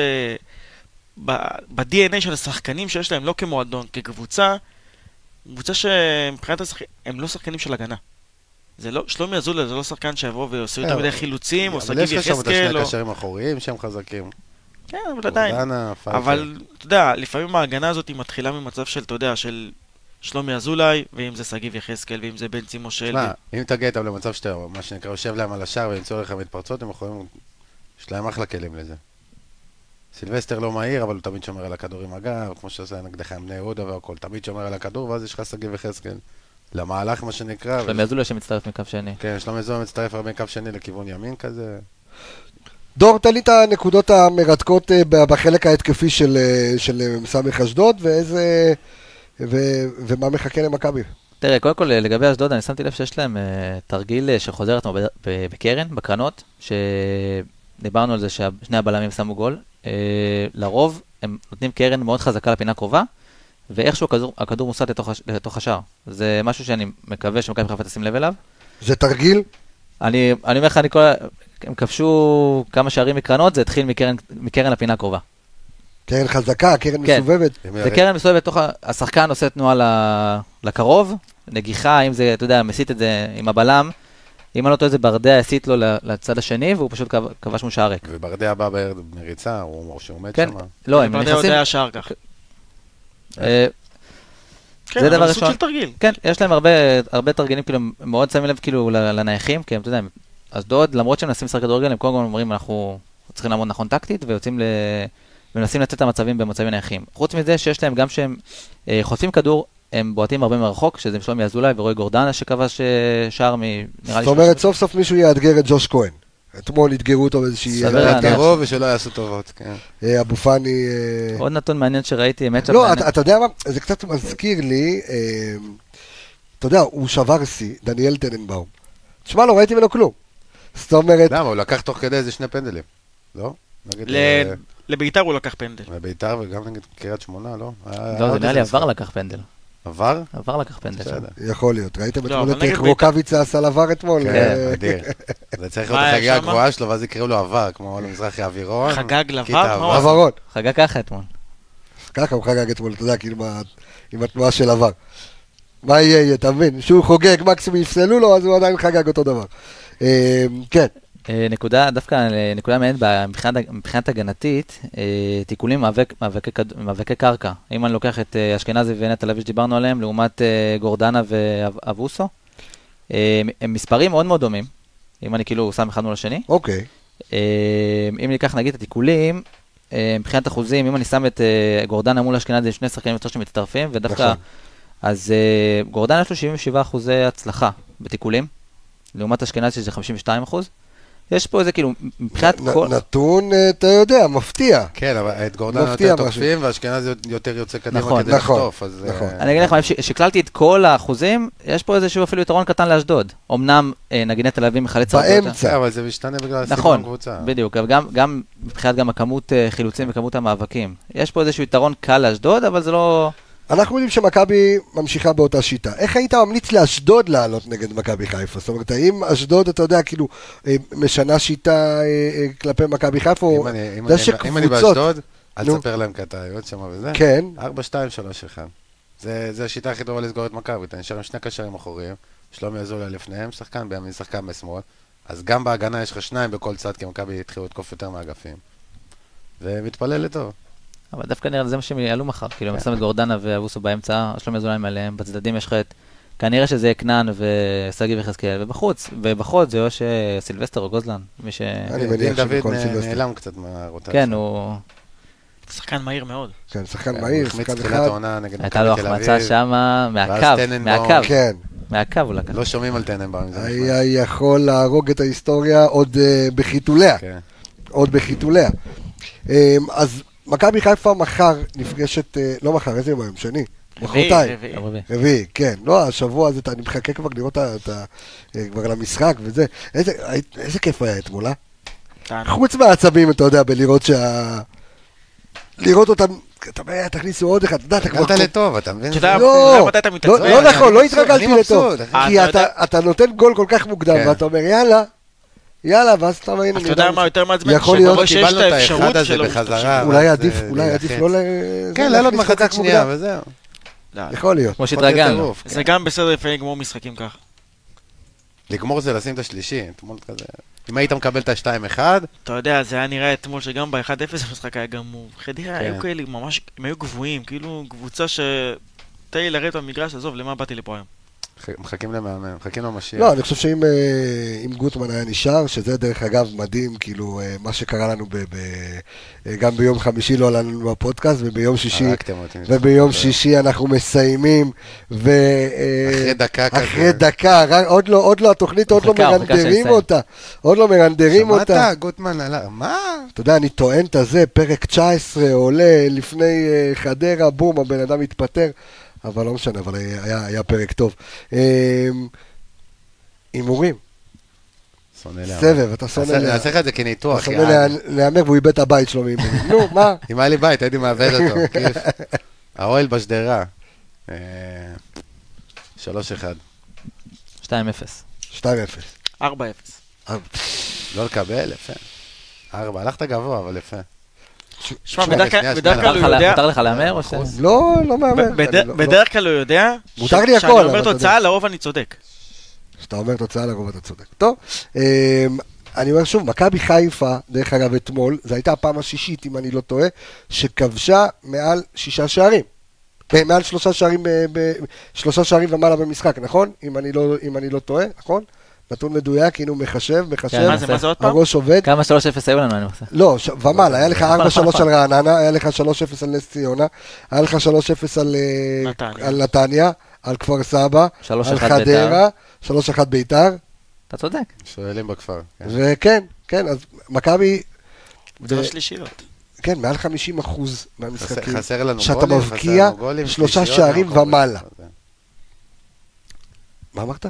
ב- ב-DNA של השחקנים שיש להם, לא כמועדון, כקבוצה, קבוצה שמבחינת השחקנים, הם לא שחקנים של הגנה. זה לא, שלומי אזולאי זה לא שחקן שיבוא ועושה יותר אבל- מדי חילוצים, או אה, אבל שגיב יש לך שם את יחזקאל, השני או... הקשרים האחוריים שהם חזקים. כן, אבל עדיין. גורדנה, פלקל. אבל, אתה יודע, לפעמים ההגנה הזאת היא מתחילה ממצב של, אתה יודע, של שלומי אזולאי, ואם זה שגיב יחזקאל, ואם זה בנצי מושל. תשמע, אם תגיע איתם למצב שאתה, מה שנקרא, יושב להם על השער ולמצוא לך מתפרצות, הם יכולים... יש להם אחלה כלים לזה. סילבסטר לא מהיר, אבל הוא תמיד שומר על הכדור עם הגב, כמו שעושה נגדך עם בני יהודה והכל, תמיד שומר על הכדור, ואז יש לך שגיב יחזקאל. למהלך, מה שנקרא. שלומי אזולאי שמצטרף מקו שני. כן, שלומי זוהר מצטרף הרבה קו שני לכיוון ימין כזה. דור, תן לי את הנקודות המרתקות אה, ב- בחלק ההתקפי של, אה, של אה, סמך אשדוד, ואיזה... ו, ומה מחכה למכבי. תראה, קודם כל, אה, לגבי אשדוד, אני שמתי לב שיש להם אה, תרגיל אה, שחוזר על עצמו ב- ב- בקרן, בקרנות, שדיברנו על זה ששני הבלמים שמו גול. אה, לרוב הם נותנים קרן מאוד חזקה לפינה הקרובה, ואיכשהו הכדור- הכדור מוסט לתוך הש- לתוך השער. זה משהו שאני מקווה שמכבי חיפה תשים לב אליו. זה תרגיל? אני אני אומר לך, אני כל ה- הם כבשו כמה שערים מקרנות, זה התחיל מקרן- מקרן לפינה הקרובה. קרן חזקה, קרן כן. מסובבת. זה קרן מסתובבת בתוך, ה- השחקן עושה תנועה ל- לקרוב, נגיחה, אם זה, אתה יודע, מסיט את זה עם הבלם. אם אני לא טועה, זה ברדע הסיט לו ל- לצד השני, והוא פשוט כב- כבש מול שער ריק. וברדע בא בערב מריצה, הוא אומר שהוא עומד כן, שם. לא, הם ברדה עוד נכנסים... היה שער כך. אה, כן, זה אבל דבר זה סוג ראשון. של תרגיל. כן, יש להם הרבה, הרבה תרגילים, כאילו, הם מאוד שמים לב כאילו ל- לנייחים, כי הם, אתה יודע, הם- אשדוד, למרות שהם מנסים לשחק כדורגל, הם קודם כל אומרים, אנחנו צריכים לעמוד נכון טקטית, ויוצאים ל... ומנסים לצאת למצבים במצבים נייחים. חוץ מזה שיש להם גם שהם אה, חוטפים כדור, הם בועטים הרבה מרחוק, שזה שלומי אזולאי ורועי גורדנה שכבש אה, שער מ... נראה לי... זאת אומרת, סוף סוף מישהו יאתגר את ג'וש כהן. אתמול אתגרו אותו באיזושהי... סביר שלא להניח. יתגרו ושלא יעשו טובות, כן. אה, אבו פאני... אה, עוד נתון מעניין שראיתי, מצ'אפ לא, מעניין. אתה, אתה יודע מה? זה קצת מזכיר לי, אה, אתה יודע, הוא שבר שיא, דניאל טננבאום. תשמע, לא ראיתי ממנו כלום. זאת כן. אומרת, למה? הוא לקח תוך כדי איזה שני פנדלים, לא? נגד... ל- אה, לביתר הוא לקח פנדל. ביתר וגם נגד קריית שמונה, לא? היה לא, עוד זה נראה איזה לי עבר משחק. לקח פנדל. עבר? עבר לקח פנדל. שם. בסדר. יכול להיות. ראיתם לא, אתמול אבל את נגד איך בית"ר- רוקאביצה עשה לבר אתמול? כן, אה, אדיר. זה צריך מה להיות היה שמה? החגיגה הגבוהה שלו, ואז יקראו לו עבר, כמו למזרחי אווירון. חגג לבר? כיתה מה הוא עשה? עברון. חגג ככה אתמול. ככה הוא חגג אתמול, אתה יודע, כאילו, עם ה- עם התנועה של עבר. מה יהיה, יהיה, אתה מבין? שהוא חוגג, מקסימום יפסלו לו, אז הוא עדיין חגג אותו דבר. אה, כן, אה, נקודה, דווקא אה, נקודה מעניינת ב- מבחינת- מבחינת הגנתית, אה, תיקולים מאבק- מאבקי כד- מאבקי קרקע. אם אני לוקח את אה, אשכנזי ונטע לוי שדיברנו עליהם, לעומת אה, גורדנה ואבוסו, אה, הם מספרים מאוד מאוד דומים, אם אני כאילו שם אחד מול השני. אוקיי. אה, אם ניקח נגיד את התיקולים, אה, מבחינת אחוזים, אם אני שם את אה, גורדנה מול אשכנזי, שני שחקנים יותר שמצטרפים, ודווקא... נכון. אז אה, גורדנה יש לו 77 אחוזי הצלחה בתיקולים, לעומת אשכנזי שזה 52 אחוז, יש פה איזה כאילו, מבחינת נ- כל... נתון, אה, אתה יודע, מפתיע. כן, אבל את גורדנה מפתיע יותר משהו. תוקפים, ואשכנזי יותר יוצא קדימה נכון. כדי נכון, לחטוף, אז... אה, נכון. אני אגיד לך, מה, ש- שקללתי את כל האחוזים, יש פה איזשהו אפילו יתרון קטן לאשדוד. אמנם אה, נגיני תל אביב מחלץ הרבה יותר. באמצע. אה, אבל זה משתנה בגלל הסגנון נכון, קבוצה. בדיוק, אבל גם, גם מבחינת גם הכמות אה, חילוצים וכמות המאבקים. יש פה איזשהו יתרון קל לאשדוד, אבל זה לא... אנחנו יודעים שמכבי ממשיכה באותה שיטה. איך היית ממליץ לאשדוד לעלות נגד מכבי חיפה? זאת אומרת, האם אשדוד, אתה יודע, כאילו, אה, משנה שיטה אה, אה, כלפי מכבי חיפה? או- אם אני- אם אתה יודע אני- אם אני שקבוצות- באשדוד, אל נו. תספר להם כי אתה יועץ שם וזה. כן. 4, 2, 3, 1. זה זה השיטה הכי טובה לסגור את מכבי. אתה נשאר עם שני קשרים אחוריים, שלומי אזולאי לפניהם, שחקן בימין, שחקן בשמאל. אז גם בהגנה יש לך שניים בכל צד, כי מכבי התחילו לתקוף יותר מהאגפים. ומתפלל לטוב. אבל דווקא נראה לי זה מה שהם יעלו מחר. כאילו, כן. הם שמים את גורדנה ואבוסו באמצע, שלומי אזולאי מעליהם, בצדדים יש לך את... כנראה שזה יהיה כנען ושגיא ויחזקאל, ובחוץ, ובחוץ זה או שסילבסטר או גוזלן, מי ש... אני מניח דין שבכל דוד נ- סילבסטר. נעלם קצת מהרוטציה. כן, הוא... שחקן מהיר מאוד. כן, שחקן הוא מהיר, החמיץ שחקן תחילת אחד. העונה נגד הייתה לו כן, מכבי תל החמצה אביב. שמה ואז מהקו, טננבאום. מהקו, כן. מהקו הוא לקח. לא שומעים על טננבאום. זה נחמד. היה יכול להרוג את ההיסטוריה עוד אה, בחיתוליה. כן. עוד בחיתוליה. אה, אז מכבי חיפה מחר נפגשת, אה, לא מחר, איזה יום היום? שני. מחרתיים. רביעי, רביעי. הרביעי. רביעי, כן. לא, השבוע הזה, אני מחכה כבר לראות את ה... אה, כבר למשחק וזה. איזה, איזה כיף היה אתמול, אה? טענו. חוץ מהעצבים, אתה יודע, בלראות שה... לראות אותם, אתה אומר, "אה, תכניסו עוד אחד, אתה יודע, אתה כבר... התקלת כן. לטוב, אתה מבין? אתה יודע, לא, אתה יודע מתי אתה לא, מתעצבן? לא אני נכון, לא מבסוט, התרגלתי אני לטוב. מבסוט, אחי. אה, כי אתה אתה- אתה נותן גול כל כך מוקדם, כן. ואתה אומר, יאללה, יאללה, ואז אתה אומר, הנה, אתה יודע נראה מה לי- יותר מעצבן? יכול שאתה להיות- רואה שיש קיבלנו את האחד האפשרות הזה שלו בחזרה. להשתמש. אה, אולי זה- עדיף, זה אולי ילחיץ. עדיף לא ל... כן, זה לעלות להכניס כל כך מחצית שנייה מוקדם. וזהו. לא, לא. יכול להיות. כמו יכול להיות שהתרגלנו. טירוף, כן. זה גם בסדר לפעמים לגמור משחקים ככה. לגמור זה לשים את השלישי, אתמול כזה. אם היית מקבל את ה-2-1, אתה יודע, זה היה נראה אתמול שגם ב-1-0 המשחק היה גמור. חדרה כן. היו כאלה ממש, הם היו גבוהים, כאילו קבוצה ש... תן לי לרדת במגרש, עזוב, למה באתי לפה היום? מחכים למאמן, מחכים למשיח. לא, אני חושב שאם אה, אם גוטמן היה נשאר, שזה דרך אגב מדהים, כאילו, אה, מה שקרה לנו ב- ב- אה, גם ביום חמישי לא עלה לנו בפודקאסט, וביום שישי... הרגתם אותי. וביום שישי אנחנו מסיימים, ו... אה, אחרי דקה כזה. אחרי דקה, רק- עוד לא, עוד לא, התוכנית עוד לא מחכה, מחכה מרנדרים שנסיים. אותה. עוד לא מרנדרים אותה. שמעת? גוטמן עלה, מה? אתה יודע, אני טוען את הזה, פרק 19 עולה לפני אה, חדרה, בום, הבן אדם התפטר, אבל לא משנה, אבל אה, היה, היה פרק טוב. אה, הימורים, שונא להאמר. סבב, אתה שונא אני לה- אעשה לך את זה אתה כניתוח, שונא יאללה. לה- להמר והוא איבד את הבית שלו [laughs] מהימורים. נו, מה? אם היה לי בית, הייתי מאבד [laughs] אותו. כיף. האוהל בשדרה. אה, 3-1. 2-0. 2-0. 4-0. לא לקבל, יפה. 4, הלכת גבוה, אבל יפה. שמע, שמע, בדרך שנייה, כלל- בדרך שנייה, כלל מותר הוא לך- לא יודע... מותר לך להמר או ש... נכון. לא, לא מהמר. בד- אני לא- בדרך כלל הוא יודע... ש- מותר לי הכל, כשאני אבל אומר אתה תוצאה, לרוב אני צודק. לא, כשאתה אומר תוצאה לרוב אתה צודק. טוב, אה, אני אומר שוב, מכבי חיפה, דרך אגב, אתמול, זו הייתה הפעם השישית, אם אני לא טועה, שכבשה מעל שישה שערים. אה, מעל שלושה שערים, אה, ב- שלושה שערים ומעלה במשחק, נכון? אם אני לא, אם אני לא טועה, נכון? נתון מדויק, הנה הוא מחשב, מחשב, כן, מה זה, מה זה עוד פעם? הראש עובד. כמה 3-0 היו לנו, אני חושב. לא, ש... ומעלה, היה לך 4-3 נכון, נכון, נכון. על רעננה, היה לך 3-0 על נס ציונה, היה לך 3-0 על אה, נתניה. על נתניה, על כפר סבא, 3-1 על בית"ר. חדרה, 3-1 ביתר, אתה צודק. שואלים בכפר. כן. וכן, כן, אז מכבי, זה השלישיות. כן, מעל 50 אחוז מהמשחקים, חסר- חסר לנו שאתה גולים, מבקיע חסר לנו גולים, שלושה שלישיות, שערים אנחנו קוראים ומעלה. לזה. מה אמרת?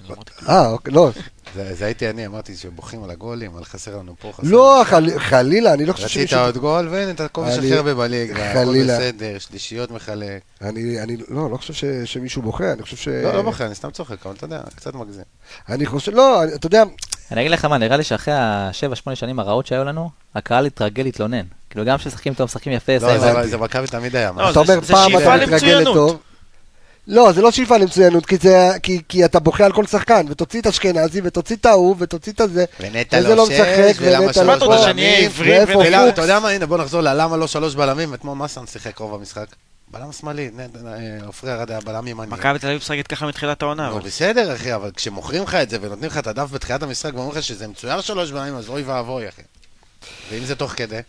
אני לא אמרתי כלום. אה, אוקיי, לא, זה זה הייתי אני, אמרתי שבוכים על הגולים, על חסר לנו פה, חסר לנו לא, חל- חלילה, אני לא חושב רצית שמישהו, עוד גול, והנה, אתה הכובש אני- הכי הרבה בליגה, הכל חלילה. בסדר, שלישיות מחלק. אני, אני, לא, לא חושב ש- שמישהו בוכה, אני חושב ש... לא, לא בוחר, אני סתם צוחק, אבל אתה יודע, קצת מגזים. אני חושב, לא, אני- אתה יודע, אני אגיד לך מה, נראה לי שאחרי השבע, שמונה שנים הרעות שהיו לנו, הקהל התרגל להתלונן. כאילו, גם כשמשחקים טוב, משחקים יפה, לא, זה- זה- הבנתי. זה מכבי תמיד היה. מה? לא, אתה זה- אומר זה פעם שאיפה אתה מתרגל למצוינות. לטוב. לא, זה לא שאיפה למצוינות, כי, זה, כי, כי אתה בוכה על כל שחקן, ותוציא את אשכנזי, ותוציא את ההוא, ותוציא את הזה. ונטע וזה לא לא משחק, שש, ולמה ונטע שלוש לא שמעת אותה פה, שאני אהיה בלמים, עברי ואיפה ונטע ולמה, פוקס? אתה יודע מה, הנה, בוא נחזור ללמה לא שלוש בלמים, אתמול מסן שיחק רוב המשחק. בלם שמאלי, נט- אה, עופרי ארד היה בלם ימני. מכבי תל אביב משחקת ככה מתחילת העונה, לא, נו, אבל... בסדר, אחי, אבל כשמוכרים לך את זה ונותנים לך את הדף בתחילת המשחק ואומרים לך שזה מצויר שלוש בלמים, אז אוי ואבוי, אחי. ואם זה תוך כדי,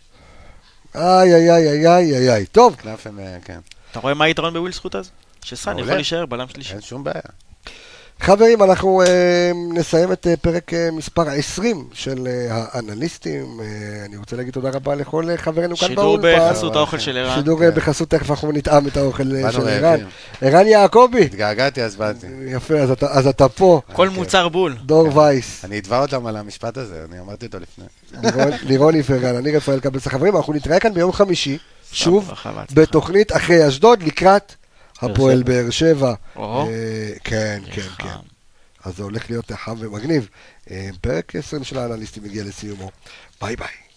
איי, איי, איי, איי, איי, איי, איי. טוב, קלף הם, אה, כן. אתה רואה מה היתרון בווילס חוט אז? שסאן מעולה. אה, יכול להישאר בלם שלישי. אין שום בעיה. חברים, אנחנו אה, נסיים את אה, פרק אה, מספר 20 של אה, האנליסטים. אה, אני רוצה להגיד תודה רבה לכל אה, חברינו כאן שידור באולפן. בחסות האוכל של ערן. שידור אה, בחסות, תכף אנחנו נטעם את האוכל אה, באנו של רעבים. ערן. ערן יעקבי. התגעגעתי, אז באתי. יפה, אז אתה- אז אתה פה, כל כן. מוצר בול. דור וייס, אני אתבע אותם על המשפט הזה, אני אמרתי אותו לפני. לירון- לירון איפרגן, אני רפאל קבלס. חברים, אנחנו נתראה כאן ביום חמישי, שוב, ברכה והצלחה. בתוכנית אחרי אשדוד, לקראת הפועל שבע. באר שבע. או. אה, כן, כן, חם. כן. אז זה הולך להיות חם ומגניב. אה, פרק 20 של האנליסטים הגיע לסיומו. ביי ביי.